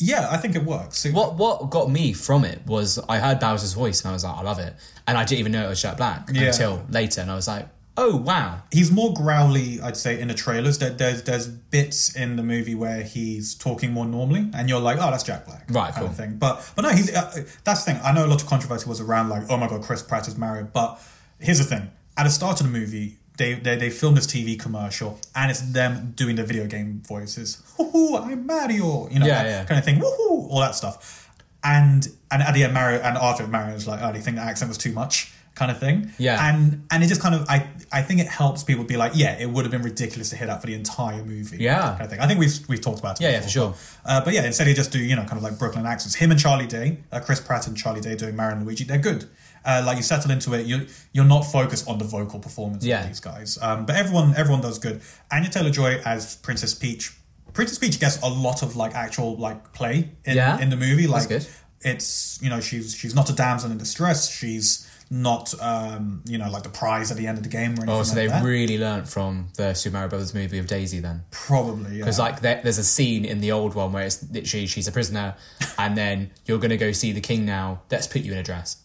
B: yeah i think it works It-
A: What what got me from it was I heard Bowser's voice and I was like, I love it. And I didn't even know it was Jack Black
B: Yeah.
A: until later, and I was like, oh wow.
B: he's more growly i'd say in the trailers there, there's there's bits in the movie where he's talking more normally and you're like oh that's jack black
A: Right,
B: kind
A: cool.
B: of thing but but no he's uh, that's the thing i know a lot of controversy was around like oh my god chris pratt is mario but here's the thing at the start of the movie they, they, they film this TV commercial and it's them doing the video game voices. Woohoo, I'm Mario, you know,
A: Yeah,
B: that
A: yeah.
B: kind of thing. Woohoo, all that stuff. And and at the end, Mario and Arthur and Mario was like, oh, do you think the accent was too much? Kind of thing.
A: Yeah.
B: And and it just kind of I I think it helps people be like, yeah, it would have been ridiculous to hear that for the entire movie.
A: Yeah.
B: Kind of thing. I think we've we've talked about it.
A: Yeah, yeah, for sure.
B: Uh, but yeah, instead he just do you know kind of like Brooklyn accents. Him and Charlie Day, uh, Chris Pratt and Charlie Day doing Mario and Luigi. They're good. Uh, like you settle into it, you you're not focused on the vocal performance
A: Yeah.
B: of these guys. Um, but everyone everyone does good. Anya Taylor Joy as Princess Peach. Princess Peach gets a lot of like actual like play in,
A: Yeah.
B: in the movie. Like
A: good.
B: it's you know she's she's not a damsel in distress. She's not um, you know like the prize at the end of the game or anything
A: Oh, so
B: like
A: they
B: that.
A: really learnt from the Super Mario Brothers movie of Daisy then.
B: Probably yeah.
A: It's like there, there's a scene in the old one where it's literally she's a prisoner, and then you're gonna go see the king now. Let's put you in a dress.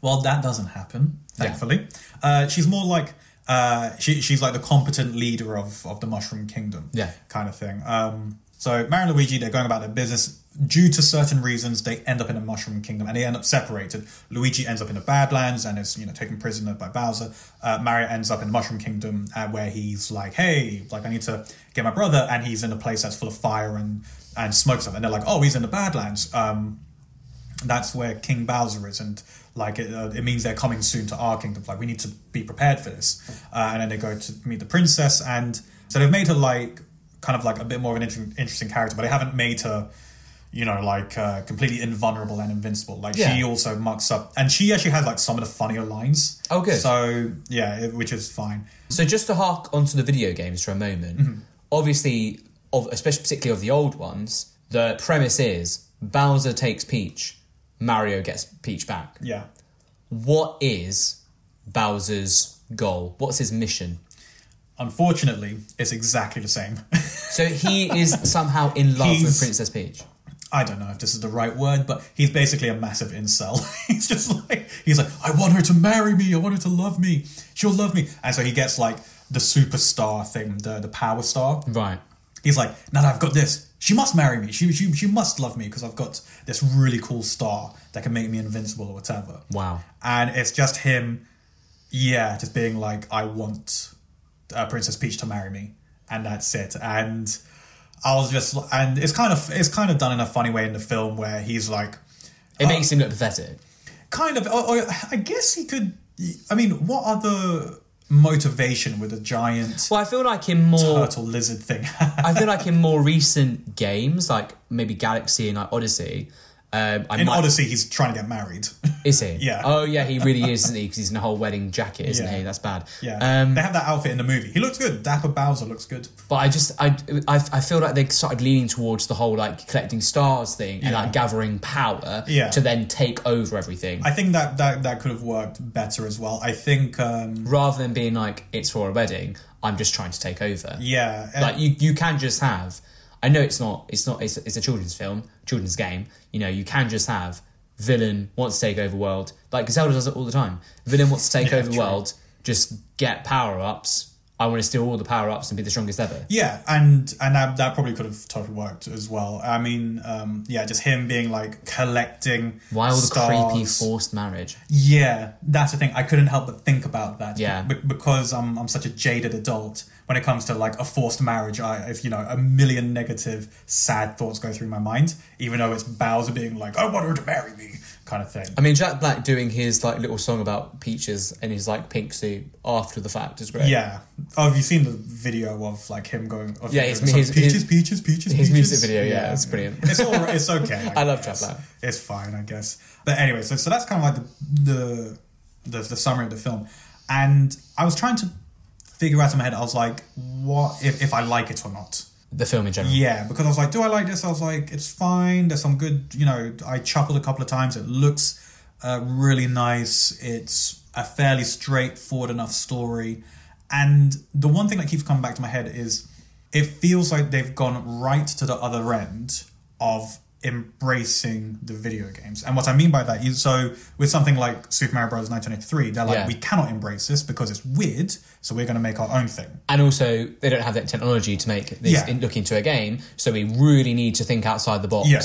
B: Well, that doesn't happen, thankfully. Uh, she's more like uh, she, she's like the competent leader of, of the Mushroom Kingdom,
A: Yeah.
B: kind of thing. Um, so Mario and Luigi, they're going about their business. Due to certain reasons, they end up in the Mushroom Kingdom and they end up separated. Luigi ends up in the Badlands and is you know taken prisoner by Bowser. Uh, Mario ends up in the Mushroom Kingdom uh, where he's like, "Hey, like I need to get my brother," and he's in a place that's full of fire and and smoke stuff. And they're like, "Oh, he's in the Badlands." Um, that's where King Bowser is, and like it, uh, it means they're coming soon to our kingdom. Like we need to be prepared for this. Uh, and then they go to meet the princess, and so they've made her like kind of like a bit more of an interesting, interesting character, but they haven't made her, you know, like uh, completely invulnerable and invincible. Like she
A: Yeah.
B: also mucks up, and she actually has like some of the funnier lines.
A: Oh, good.
B: So yeah, it, which is fine.
A: So just to hark onto the video games for a moment,
B: Mm-hmm.
A: obviously, of especially particularly of the old ones, the premise is Bowser takes Peach, Mario gets Peach back.
B: Yeah.
A: What is Bowser's goal? What's his mission?
B: Unfortunately, it's exactly the same.
A: So he is somehow in love with
B: He's-
A: Princess Peach.
B: I don't know if this is the right word, but he's basically a massive incel. he's just like he's like, I want her to marry me, I want her to love me, she'll love me. And so he gets like the superstar thing, the the power star.
A: Right.
B: He's like, now that I've got this, she must marry me. She she, she must love me because I've got this really cool star that can make me invincible or whatever.
A: Wow.
B: And it's just him, yeah, just being like, I want uh, Princess Peach to marry me, and that's it. And I was just, and it's kind of it's kind of done in a funny way in the film where he's like, Uh,
A: It makes him look pathetic.
B: kind of, or, or I guess he could. I mean, what other motivation would a giant
A: Well, I feel like in more
B: turtle lizard thing?
A: I feel like in more recent games, like maybe Galaxy and like Odyssey, um, I
B: in
A: might,
B: Odyssey, he's trying to get married.
A: Is he?
B: Yeah.
A: Oh, yeah, he really is, isn't he? Because he's in a whole wedding jacket, isn't
B: Yeah.
A: he? That's bad.
B: Yeah,
A: Um,
B: they have that outfit in the movie. He looks good. Dapper Bowser looks good.
A: but I just, I, I, I feel like they started leaning towards the whole like collecting stars thing and like gathering power
B: Yeah.
A: to then take over everything.
B: I think that that, that could have worked better as well. I think, um,
A: rather than being like, it's for a wedding, I'm just trying to take over.
B: yeah, uh,
A: Like, you, you can just have, I know it's not, it's not, it's, it's a children's film, children's game. You know, you can just have villain wants to take over world. Like, Zelda does it all the time. Villain wants to take over
B: true.
A: world, just get power ups. I want to steal all the power ups and be the strongest ever.
B: Yeah, and and that, that probably could have totally worked as well. I mean, um, yeah, just him being like collecting
A: Why all the
B: stars.
A: creepy forced marriage?
B: Yeah, that's the thing. I couldn't help but think about that.
A: Yeah.
B: Be- because I'm I'm such a jaded adult when it comes to like a forced marriage. I if you know a million negative, sad thoughts go through my mind, even though it's Bowser being like, "I want her to marry me," kind of thing.
A: I mean, Jack Black doing his like little song about peaches and his like pink suit after the fact is great.
B: Yeah. Oh, have you seen the video of like him going? Of
A: Yeah,
B: him
A: his-
B: going,
A: his-
B: peaches,
A: his-
B: peaches, peaches,
A: his
B: peaches.
A: music video, yeah, it's brilliant.
B: It's all right. It's okay.
A: I love
B: guess.
A: Trap Lab.
B: It's fine, I guess. But anyway, so so that's kind of like the the the, the summary of the film, and I was trying to figure out in my head. I was like, what if, if I like it or not?
A: The film in general.
B: Yeah, because I was like, do I like this? I was like, it's fine. There's some good, you know, I chuckled a couple of times. It looks uh, really nice. It's a fairly straightforward enough story. And the one thing that keeps coming back to my head is it feels like they've gone right to the other end of embracing the video games. And what I mean by that is so with something like Super Mario Bros. 1983, they're like,
A: Yeah.
B: we cannot embrace this because it's weird, so we're going to make our own thing.
A: And also, they don't have that technology to make this
B: Yeah.
A: in, look into a game, so we really need to think outside the box
B: Yeah.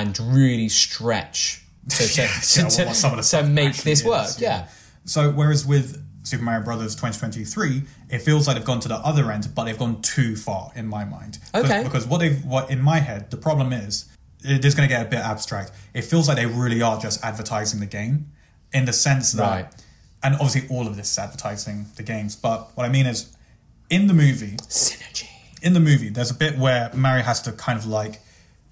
A: and really stretch to, to, to,
B: yeah, what- what some of the
A: to
B: stuff
A: make
B: actually
A: this
B: is,
A: work.
B: yeah.
A: Yeah.
B: So whereas with Super Mario Brothers 2023, it feels like they've gone to the other end, but they've gone too far in my mind. Because-
A: Okay.
B: Because what they've what in my head the problem is it is going to get a bit abstract. It feels like they really are just advertising the game in the sense that,
A: Right.
B: and obviously all of this is advertising the games. But what I mean is, in the movie,
A: Synergy.
B: in the movie, there's a bit where Mary has to kind of like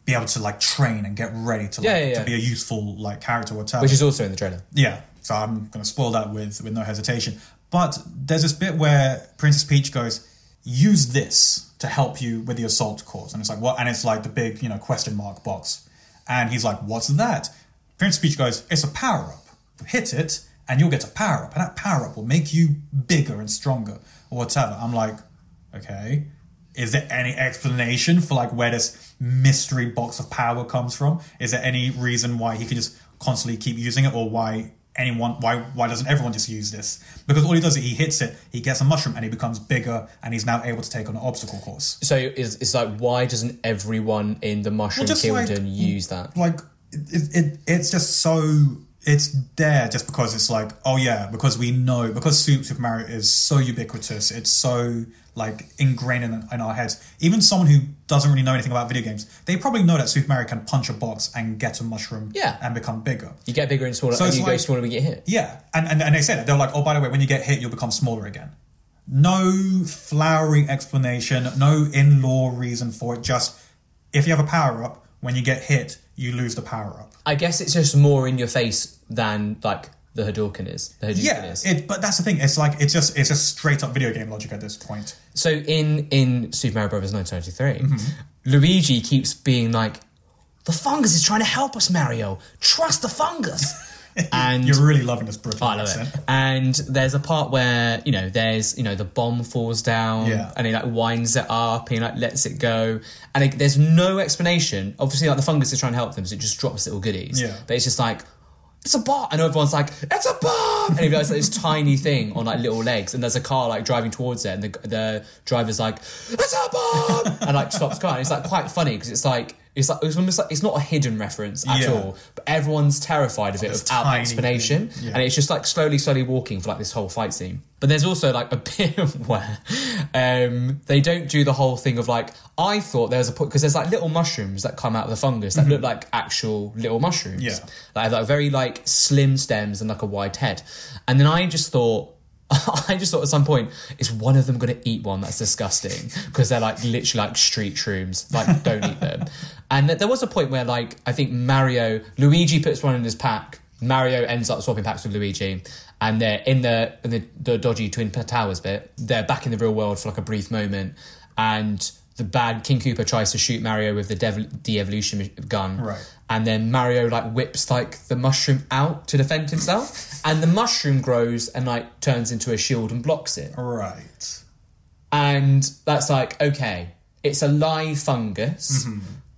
B: be able to like train and get ready to like,
A: Yeah, yeah, yeah.
B: to be a useful like character or whatever.
A: Which is also in the trailer.
B: Yeah, so I'm going to spoil that with with no hesitation. But there's this bit where Princess Peach goes, "Use this to help you with the assault cause," and it's like what? And it's like the big you know question mark box, and he's like, "What's that?" Princess Peach goes, "It's a power up. Hit it, and you'll get a power up, and that power up will make you bigger and stronger, or whatever." I'm like, okay. Is there any explanation for like where this mystery box of power comes from? Is there any reason why he can just constantly keep using it, or why anyone, why why doesn't everyone just use this? Because all he does is he hits it, he gets a mushroom, and he becomes bigger, and he's now able to take on an obstacle course.
A: So it's, it's like, why doesn't everyone in the Mushroom
B: just like-
A: Kingdom use that?
B: Like it, it, it's just so it's there just because it's like oh yeah because we know because Su- Super Mario is so ubiquitous, it's so like ingrained in, in our heads. Even someone who doesn't really know anything about video games, they probably know that Super Mario can punch a box and get a mushroom,
A: Yeah.
B: and become bigger.
A: You get bigger and smaller,
B: So
A: and
B: it's
A: you go
B: like-
A: smaller, we get hit.
B: Yeah, and, and and they said it. They're like, oh, by the way, when you get hit, you'll become smaller again. No flowery explanation, no in-law reason for it. Just if you have a power up, when you get hit, you lose the power up.
A: I guess it's just more in your face than like the Hadouken is. The Hadouken
B: Yeah,
A: is.
B: it, but that's the thing. It's like it's just it's just straight up video game logic at this point.
A: So in in Super Mario Brothers 1993, Luigi keeps being like, "The fungus is trying to help us, Mario. Trust the fungus." and
B: You're really loving this Brooklyn
A: Mm. Oh, I love
B: accent.
A: it. And there's a part where you know there's you know the bomb falls down,
B: Yeah.
A: and he like winds it up, and he like lets it go, and like, there's no explanation. Obviously, like the fungus is trying to help them, so it just drops little goodies.
B: Yeah.
A: But it's just like it's a bomb, and everyone's like it's a bomb, and he does like, this tiny thing on like little legs, and there's a car like driving towards it, and the the driver's like it's a bomb, and like stops the car, and it's like quite funny because it's like. It's like it's almost like it's not a hidden reference at
B: Yeah.
A: all, but everyone's terrified of it
B: this
A: without
B: tiny
A: explanation,
B: thing. Yeah.
A: and it's just like slowly, slowly walking for like this whole fight scene. But there's also like a bit where um, they don't do the whole thing of like I thought there was a point because there's like little mushrooms that come out of the fungus that look like actual little mushrooms,
B: Yeah.
A: that have like very like slim stems and like a wide head. And then I just thought. I just thought at some point, is one of them going to eat one? That's disgusting because they're like literally like street shrooms. Like, don't eat them. And th- there was a point where, like, I think Mario, Luigi puts one in his pack. Mario ends up swapping packs with Luigi, and they're in the in the, the dodgy Twin Towers bit. They're back in the real world for like a brief moment, and the bad King Cooper tries to shoot Mario with the dev- de-evolution gun,
B: Right.
A: and then Mario like whips like the mushroom out to defend himself, and the mushroom grows and like turns into a shield and blocks it.
B: Right. Mm-hmm.
A: And that's like okay, it's a live fungus.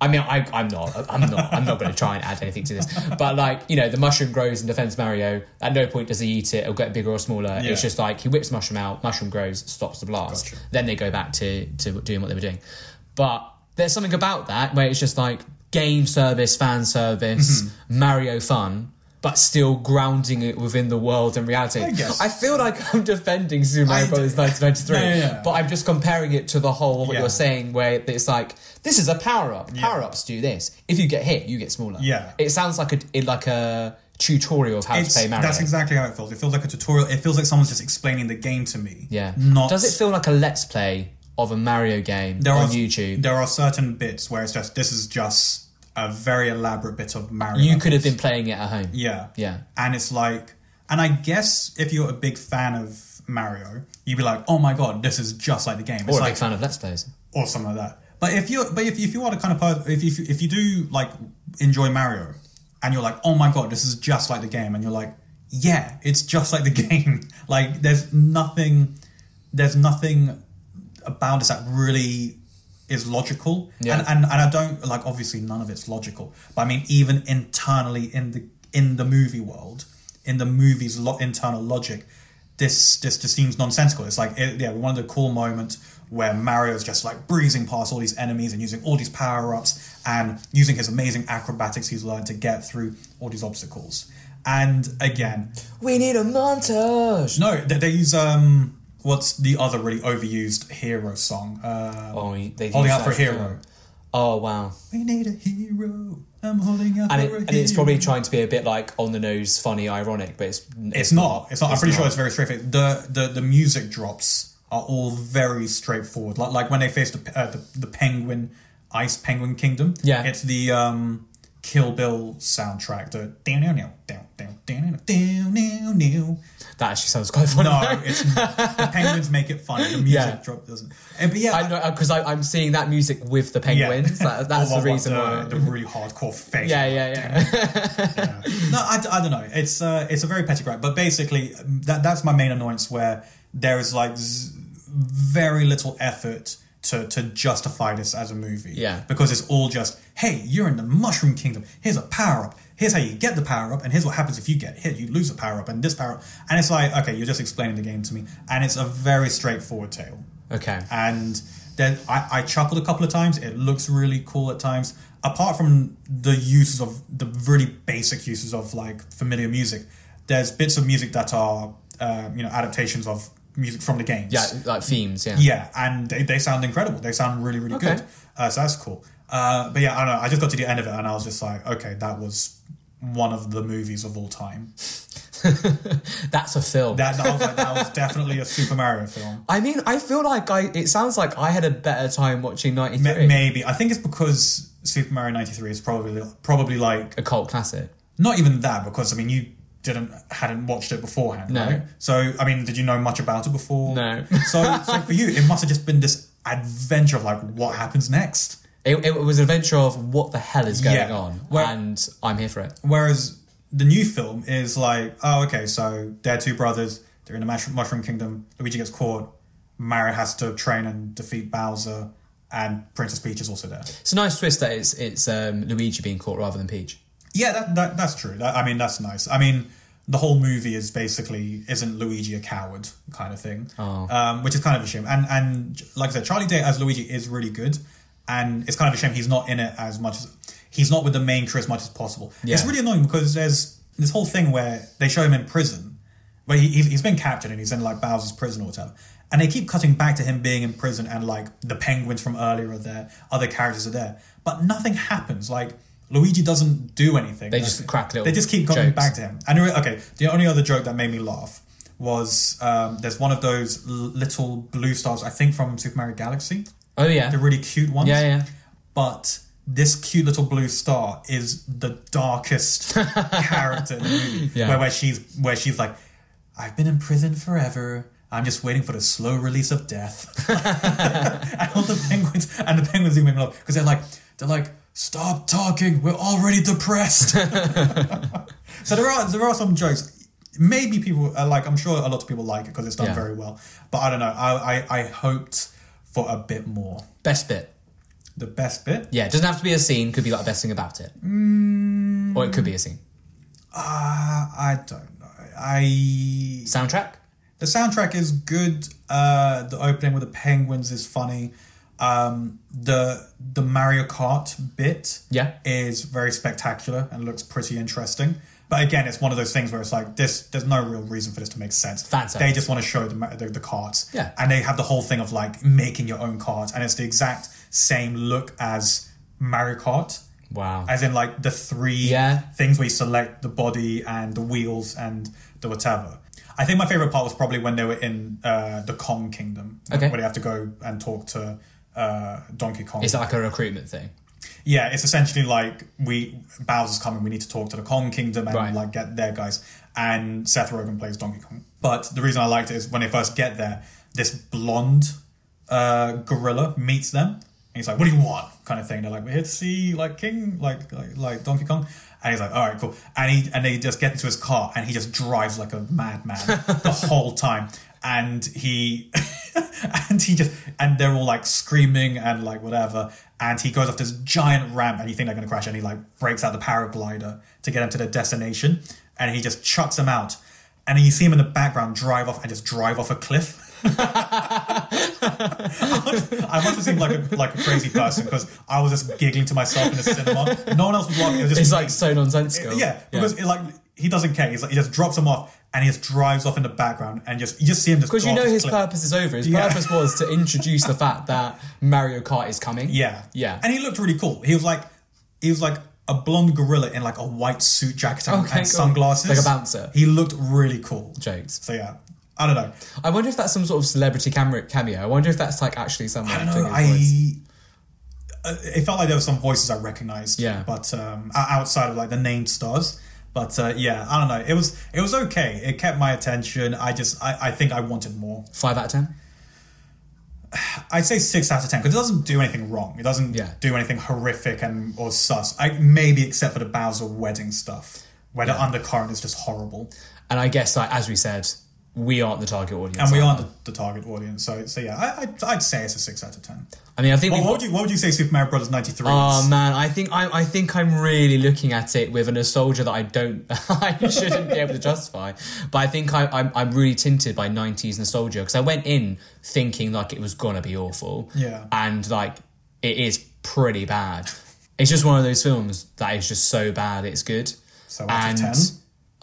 A: I mean, I, I'm not. I'm not. I'm not going to try and add anything to this. But like, you know, the mushroom grows and defends Mario. At no point does he eat it or get bigger or smaller.
B: Yeah.
A: It's just like he whips mushroom out. Mushroom grows, stops the blast.
B: Gotcha.
A: Then they go back to to doing what they were doing. But there's something about that where it's just like game service, fan service,
B: Mm-hmm.
A: Mario fun. But still grounding it within the world and reality. I,
B: guess.
A: feel like I'm defending Super Mario
B: I-
A: Brothers 1993,
B: No, no, no.
A: but I'm just comparing it to the whole of what
B: Yeah.
A: you're saying, where it's like this is a power up. Power ups do this. If you get hit, you get smaller.
B: Yeah.
A: it sounds like a it- like a tutorial of how
B: It's-
A: to play Mario.
B: that's exactly how it feels. It feels like a tutorial. It feels like someone's just explaining the game to me.
A: yeah.
B: Not
A: Does it feel like a let's play of a Mario game on YouTube?
B: There are certain bits where it's just this is just a very elaborate bit of Mario.
A: you could have been playing it at home.
B: yeah,
A: Yeah.
B: and it's like, and I guess if you're a big fan of Mario, you'd be like, oh my god, this is just like the game. It's
A: Or a
B: like
A: big fan of let's plays.
B: or something like that. But if you but if, if you are the kind of person if you if you do like enjoy Mario and you're like oh my god this is just like the game and you're like yeah it's just like the game like there's nothing there's nothing about this that really is logical
A: Yeah.
B: and, and and I don't like obviously none of it's logical but I mean even internally in the in the movie world in the movie's lo- internal logic this this just seems nonsensical it's like it, yeah we wanted a cool moment where Mario's just like breezing past all these enemies and using all these power-ups and using his amazing acrobatics he's learned to get through all these obstacles and again
A: We need a montage.
B: no they, they use um what's the other really overused hero song uh
A: Oh, they
B: Holding
A: use
B: Out for a
A: that.
B: Hero.
A: Oh wow!
B: we need a hero I'm holding out
A: And,
B: for
A: it,
B: a
A: and it's
B: hero.
A: probably trying to be a bit like on the nose, funny, ironic, but it's
B: It's not. It's not. I'm pretty sure it's very straightforward. The the the music drops are all very straightforward. Like like when they face the uh, the, the penguin ice penguin kingdom.
A: Yeah.
B: It's the um Kill Bill soundtrack. The down down down down down down down down down.
A: that actually sounds quite funny.
B: No, it's not. the penguins make it funny. The music
A: Yeah.
B: drop doesn't. And, but yeah.
A: I know because I'm seeing that music with the penguins. That, that's
B: Or
A: the
B: what-
A: reason why.
B: the, the really hardcore face.
A: yeah, yeah, yeah.
B: no, I, don't know. It's uh, it's a very petty gripe, but basically um, that that's my main annoyance where there is like z- very little effort to to justify this as a movie.
A: Yeah.
B: because it's all just hey, you're in the Mushroom Kingdom. Here's a power up. Here's how you get the power up, and here's what happens if you get hit. You lose a power up, and this power up, and it's like okay, you're just explaining the game to me, and it's a very straightforward tale
A: okay.
B: and then I, I chuckled a couple of times. It looks really cool at times. Apart from the uses of the really basic uses of like familiar music, there's bits of music that are uh, you know adaptations of music from the games.
A: Yeah, like themes. Yeah.
B: yeah, and they, they sound incredible. They sound really really
A: Okay.
B: good. Uh, so that's cool. Uh, but yeah, I don't know. I just got to the end of it and I was just like, okay, that was one of the movies of all time.
A: That's a film.
B: That, that was like that was definitely a Super Mario film.
A: I mean, I feel like I. It sounds like I had a better time watching
B: Ma-
A: '93,
B: Maybe I think it's because Super Mario '93 is probably probably like
A: a cult classic.
B: not even that because I mean you didn't hadn't watched it beforehand,
A: No.
B: right? So I mean, did you know much about it before?
A: No.
B: so so for you, it must have just been this adventure of like what happens next.
A: It, it was an adventure of what the hell is going
B: Yeah.
A: on,
B: Well-
A: and I'm here for it.
B: Whereas the new film is like, oh, okay, so they're two brothers. They're in the Mushroom, Mushroom Kingdom. Luigi gets caught. Mario has to train and defeat Bowser, and Princess Peach is also there.
A: It's a nice twist that it's it's um, Luigi being caught rather than Peach.
B: Yeah, that, that that's true. That, I mean, that's nice. I mean, the whole movie is basically isn't Luigi a coward kind of thing,
A: Oh.
B: um, which is kind of a shame. And and like I said, Charlie Day as Luigi is really good, and it's kind of a shame he's not in it as much as he's not with the main crew as much as possible. It's
A: Yeah.
B: really annoying because there's this whole thing where they show him in prison, where he, he's, he's been captured and he's in like Bowser's prison or whatever. And they keep cutting back to him being in prison and like the penguins from earlier are there, other characters are there, but nothing happens. Like Luigi doesn't do anything. They
A: just crack little
B: They just keep coming
A: jokes.
B: back to him. And anyway, okay, the only other joke that made me laugh was um, there's one of those l- little blue stars, I think from Super Mario Galaxy,
A: Oh yeah,
B: the really cute ones.
A: yeah, yeah.
B: But this cute little blue star is the darkest character in the movie.
A: Yeah.
B: Where, where she's where she's like, I've been in prison forever. I'm just waiting for the slow release of death. and all the penguins and the penguins do make me laugh because they're like they're like stop talking. We're already depressed. so there are there are some jokes. Maybe people are like I'm sure a lot of people like it because it's done
A: Yeah.
B: very well. But I don't know. I, I I hoped for a bit more.
A: Best bit.
B: the best bit.
A: Yeah, it doesn't have to be a scene. Could be like the best thing about it,
B: Mm.
A: or it could be a scene.
B: Uh, I don't know. I
A: Soundtrack.
B: the soundtrack is good. Uh, the opening with the penguins is funny. Um, the the Mario Kart bit
A: Yeah.
B: is very spectacular and looks pretty interesting. But again, it's one of those things where it's like this. There's no real reason for this to make sense.
A: Fan service.
B: They just want to show the, ma- the the carts.
A: Yeah.
B: and they have the whole thing of like making your own carts, and it's the exact same look as Mario Kart.
A: Wow.
B: As in, like the three
A: Yeah.
B: things where you select the body and the wheels and the whatever. I think my favorite part was probably when they were in uh, the Kong Kingdom,
A: Okay.
B: where they have to go and talk to uh, Donkey Kong.
A: Is that like a recruitment thing?
B: yeah, it's essentially like we Bowser's coming. We need to talk to the Kong Kingdom and
A: Right.
B: like get their guys. And Seth Rogen plays Donkey Kong. But the reason I liked it is when they first get there, this blonde uh, gorilla meets them, and he's like, "What do you want?" kind of thing. They're like, "We're here to see like King, like like, like Donkey Kong." And he's like, "All right, cool." And he and they just get into his car, and he just drives like a madman the whole time. And he and he just and they're all like screaming and like whatever and he goes off this giant ramp and you think they're going to crash and he like breaks out the paraglider to get them to their destination and he just chucks them out and then you see him in the background drive off and just drive off a cliff I must have seemed like a, like a crazy person because I was just giggling to myself in the cinema. No one else was laughing. It was just
A: It's like so nonsensical.
B: yeah, because It, like he doesn't care. He's like he just drops them off and he just drives off in the background and just you just see him just
A: Because you
B: go off
A: know
B: this
A: his
B: cliff.
A: purpose is over. His
B: Yeah.
A: purpose was to introduce the fact that Mario Kart is coming.
B: Yeah.
A: Yeah.
B: And he looked really cool. He was like he was like a blonde gorilla in like a white suit jacket and,
A: Okay,
B: and
A: cool.
B: sunglasses.
A: Like a bouncer.
B: He looked really cool.
A: Jokes.
B: So yeah. I don't know.
A: I wonder if that's some sort of celebrity camera cameo. I wonder if that's like actually someone.
B: I don't
A: doing
B: know.
A: his voice.
B: I uh, it felt like there were some voices I recognized.
A: Yeah.
B: But um o- outside of like the named stars. But uh, yeah, I don't know. It was it was okay. It kept my attention. I just I, I think I wanted more.
A: Five out of ten.
B: I'd say six out of ten because it doesn't do anything wrong. It doesn't
A: Yeah.
B: do anything horrific and or sus. I, maybe except for the Bowser wedding stuff, where the undercurrent is just horrible,
A: And I guess, like as we said, we aren't the target audience.
B: and we aren't the, the target audience. So, so yeah, I, I'd, I'd say it's a six out of ten.
A: I mean, I think.
B: What,
A: we've
B: what would you What would you say Super Mario Brothers ninety three?
A: Oh man, I think I, I think I'm really looking at it with a nostalgia that I don't I shouldn't be able to justify. But I think I, I'm I'm really tinted by '90s nostalgia because I went in thinking like it was gonna be awful,
B: Yeah.
A: and like it is pretty bad. It's just one of those films that is just so bad it's good.
B: So out of 10?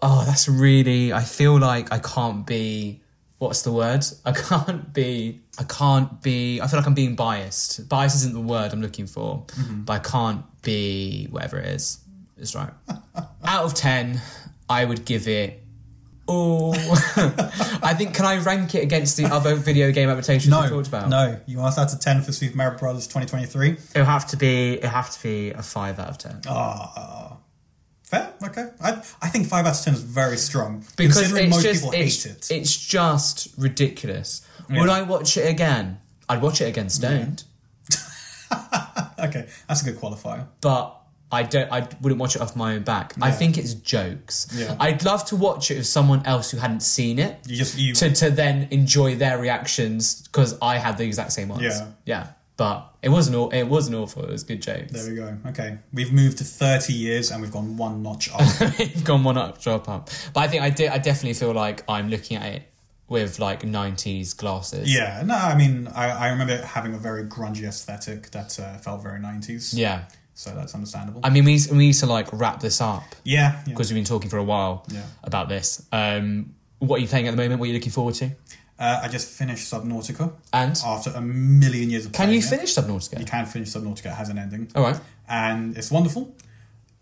A: oh, that's really. I feel like I can't be. What's the word? I can't be. I can't be. I feel like I'm being biased. Bias isn't the word I'm looking for,
B: Mm-hmm.
A: but I can't be whatever it is. It's right. Out of ten, I would give it. Oh, I think. Can I rank it against the other video game adaptations we
B: no,
A: talked about?
B: no. You asked out of ten for Super Mario Brothers twenty twenty three.
A: It'll have to be. It'll have to be a five out of ten.
B: Fair, okay. I I think five out of ten is very strong
A: because
B: considering
A: it's
B: most
A: just
B: people
A: it's,
B: hate it.
A: it's just ridiculous. Would I watch it again? I'd watch it again stoned,
B: Okay, that's a good qualifier.
A: but I don't. I wouldn't watch it off my own back. I think it's jokes.
B: Yeah.
A: I'd love to watch it with someone else who hadn't seen it
B: You just you
A: to to then enjoy their reactions because I had the exact same ones.
B: Yeah.
A: yeah. But it wasn't. aw- It wasn't awful. It was good
B: There
A: jokes.
B: we go. Okay, we've moved to thirty years and we've gone one notch up.
A: You've gone one up, drop up. But I think I did. I definitely feel like I'm looking at it with like '90s glasses.
B: yeah, no, I mean, I, I remember it having a very grungy aesthetic that uh, felt very nineties.
A: Yeah.
B: so that's understandable.
A: I mean, we we need to like wrap this up.
B: yeah, yeah.
A: because we've been talking for a while
B: Yeah.
A: about this. Um, what are you playing at the moment? What are you looking forward to?
B: Uh, I just finished Subnautica
A: And
B: after a million years of.
A: can you
B: playing it.
A: finish Subnautica?
B: You can finish Subnautica. It has an ending.
A: All right.
B: and it's wonderful.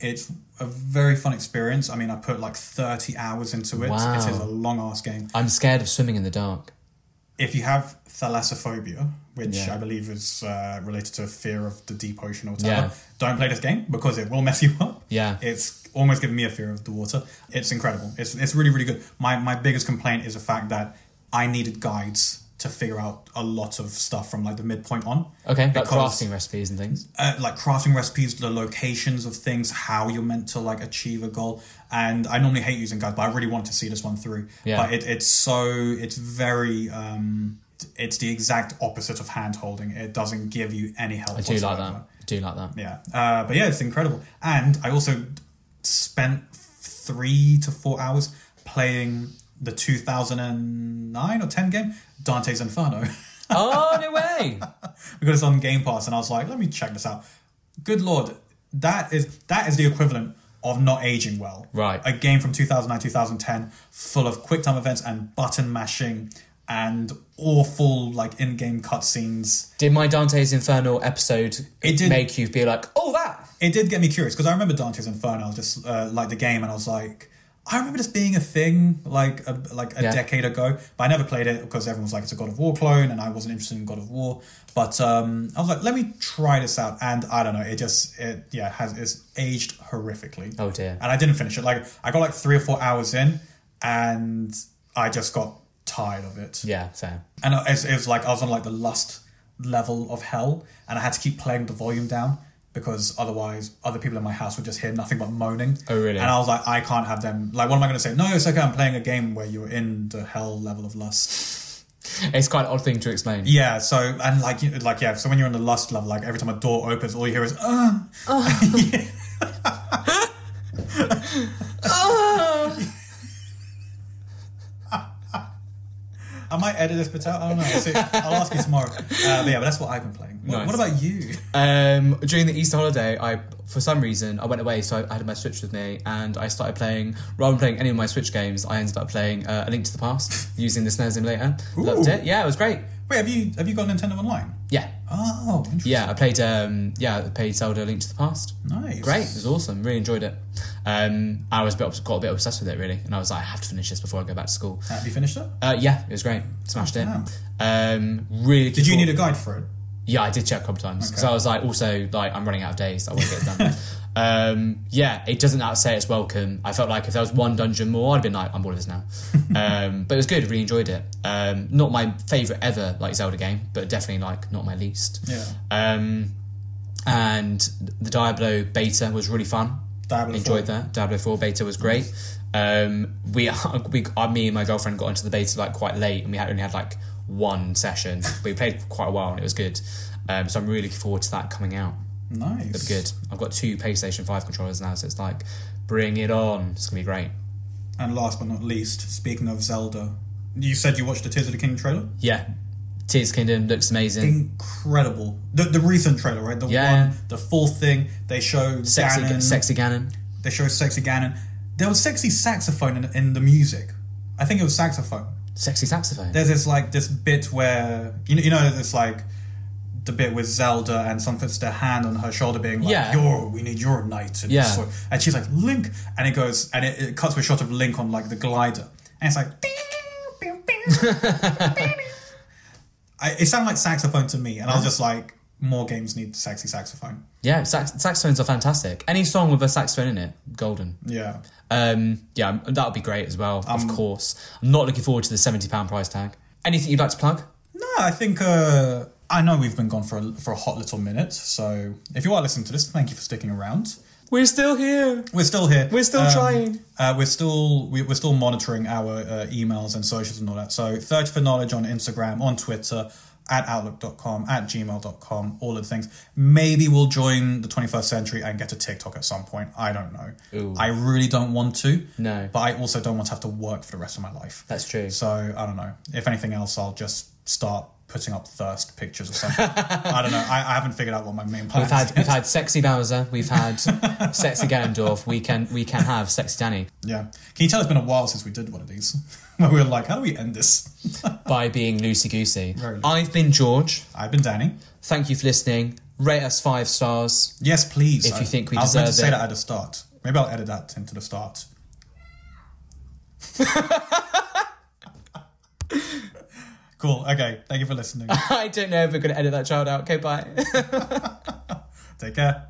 B: It's a very fun experience. I mean, I put like thirty hours into it.
A: Wow.
B: It is a long ass game.
A: I'm scared of swimming in the dark.
B: if you have thalassophobia, which
A: Yeah.
B: I believe is uh, related to a fear of the deep ocean or whatever,
A: Yeah.
B: don't play this game because it will mess you up.
A: Yeah.
B: It's almost given me a fear of the water. It's incredible. It's, it's really, really good. My, my biggest complaint is the fact that I needed guides to figure out a lot of stuff from like the midpoint on.
A: Okay, like
B: Because-
A: crafting recipes and things.
B: Uh, like crafting recipes, the locations of things, how you're meant to like achieve a goal. And I normally hate using guides, but I really wanted to see this one through.
A: Yeah.
B: But it, it's so it's very um it's the exact opposite of hand holding. It doesn't give you any help.
A: I do
B: whatsoever.
A: like that. I do like that.
B: Yeah. Uh, but yeah, it's incredible. And I also spent three to four hours playing the 2009 or 10 game, Dante's Inferno,
A: Oh no way!
B: because it's on Game Pass. And I was like, let me check this out. Good lord, that is that is the equivalent of not aging well.
A: Right.
B: A game from 2009, 2010, full of quick time events and button mashing and awful like in-game cutscenes.
A: Did my Dante's Inferno episode
B: It did-
A: make you be like, oh that?
B: it did get me curious because I remember Dante's Inferno. I was just uh, like the game, and I was like, I remember this being a thing like a, like a
A: Yeah.
B: decade ago, but I never played it because everyone was like it's a God of War clone, and I wasn't interested in God of War. But um, I was like, let me try this out, and I don't know, it just it yeah has it's aged horrifically.
A: Oh dear.
B: And I didn't finish it. Like I got like three or four hours in, and I just got tired of it
A: Yeah, fair.
B: and it was, it was like I was on like the lust level of hell, and I had to keep playing the volume down because otherwise other people in my house would just hear nothing but moaning.
A: Oh, really?
B: And I was like, I can't have them. Like, what am I going to say? No, it's okay. I'm playing a game where you're in the hell level of lust.
A: It's quite an odd thing to explain.
B: Yeah. So and like you, like yeah. So when you're in the lust level, like every time a door opens, all you hear is uh, I might edit this bit out. I don't know. I'll, see. I'll ask you tomorrow. Uh, but yeah, but that's what I've been playing. What,
A: Nice.
B: what about you?
A: Um, during the Easter holiday, I for some reason I went away, so I, I had my Switch with me, and I started playing. Rather than playing any of my Switch games, I ended up playing uh, A Link to the Past using the Snes emulator. Loved
B: Ooh.
A: it. Yeah, it was great.
B: Wait, have you have you got Nintendo Online?
A: Yeah,
B: Oh, interesting.
A: yeah. I played. Um, yeah, I played Zelda: A Link to the Past.
B: Nice.
A: Great. It was awesome. Really enjoyed it. Um, I was a bit, got a bit obsessed with it really, and I was like, I have to finish this before I go back to school.
B: Have you finished it?
A: Uh, yeah, it was great. Smashed it. Um, really.
B: Did you need a guide for it?
A: Yeah, I did check a couple times because I was like, also like I'm running out of days. I won't get it done. um, yeah, it doesn't out say it's welcome. I felt like if there was one dungeon more, I'd have been like, I'm bored of this now. um, but it was good. Really enjoyed it. Um, not my favorite ever like Zelda game, but definitely like not my least.
B: Yeah.
A: Um, and the Diablo beta was really fun.
B: Diablo
A: enjoyed
B: 4.
A: that. Diablo Four beta was great. Um, we we uh, me and my girlfriend got into the beta like quite late, and we had, only had like one session. we played for quite a while, and it was good. Um, so I'm really looking forward to that coming out.
B: Nice.
A: Good. I've got two PlayStation Five controllers now, so it's like bring it on. It's gonna be great.
B: And last but not least, speaking of Zelda, you said you watched the Tears of the King trailer.
A: Yeah, Tears Kingdom looks amazing.
B: Incredible. The, the recent trailer, right? The
A: Yeah.
B: one, the fourth thing they show
A: Sexy,
B: Ganon.
A: sexy Ganon.
B: They show sexy Ganon. There was sexy saxophone in, in the music. I think it was saxophone.
A: Sexy saxophone.
B: There's this like this bit where you know you know this like the bit with Zelda and someone puts their hand on her shoulder being like,
A: Yeah.
B: You're we need your knight and
A: Yeah.
B: so and she's like, Link and it goes and it, it cuts to a shot of Link on like the glider. And it's like "Ding, bing, bing, bing." I, it sounded like saxophone to me, and I was just like, more games need sexy saxophone.
A: Yeah, sax- saxophones are fantastic. Any song with a saxophone in it, golden.
B: Yeah.
A: Um, yeah, that would be great as well. of course, I'm not looking forward to the seventy pound price tag. Anything you'd like to plug?
B: No, I think uh, I know we've been gone for a, for a hot little minute. So if you are listening to this, thank you for sticking around.
A: We're still here.
B: We're still here.
A: We're still trying.
B: Uh, we're still we, we're still monitoring our uh, emails and socials and all that. So search for knowledge on Instagram, on Twitter, at outlook.com, at gmail.com, all of the things. Maybe we'll join the 21st century and get to TikTok at some point. I don't know.
A: Ooh.
B: I really don't want to.
A: No.
B: But I also don't want to have to work for the rest of my life.
A: That's true.
B: So I don't know. If anything else, I'll just start putting up thirst pictures or something. I don't know. I, I haven't figured out what my main plan
A: We've
B: is.
A: had we've had sexy Bowser. We've had sexy Ganondorf. We can we can have sexy Danny
B: Yeah. Can you tell it's been a while since we did one of these? Where we were like, how do we end this?
A: by being loosey goosey.
B: Very loosey.
A: I've been George.
B: I've been Danny.
A: Thank you for listening. Rate us five stars.
B: Yes, please.
A: If you think we
B: I was meant to
A: deserve
B: say
A: it.
B: that at the start. Maybe I'll edit that into the start. cool. Okay. Thank you for listening.
A: I don't know if we're going to edit that child out. Okay, bye.
B: Take care.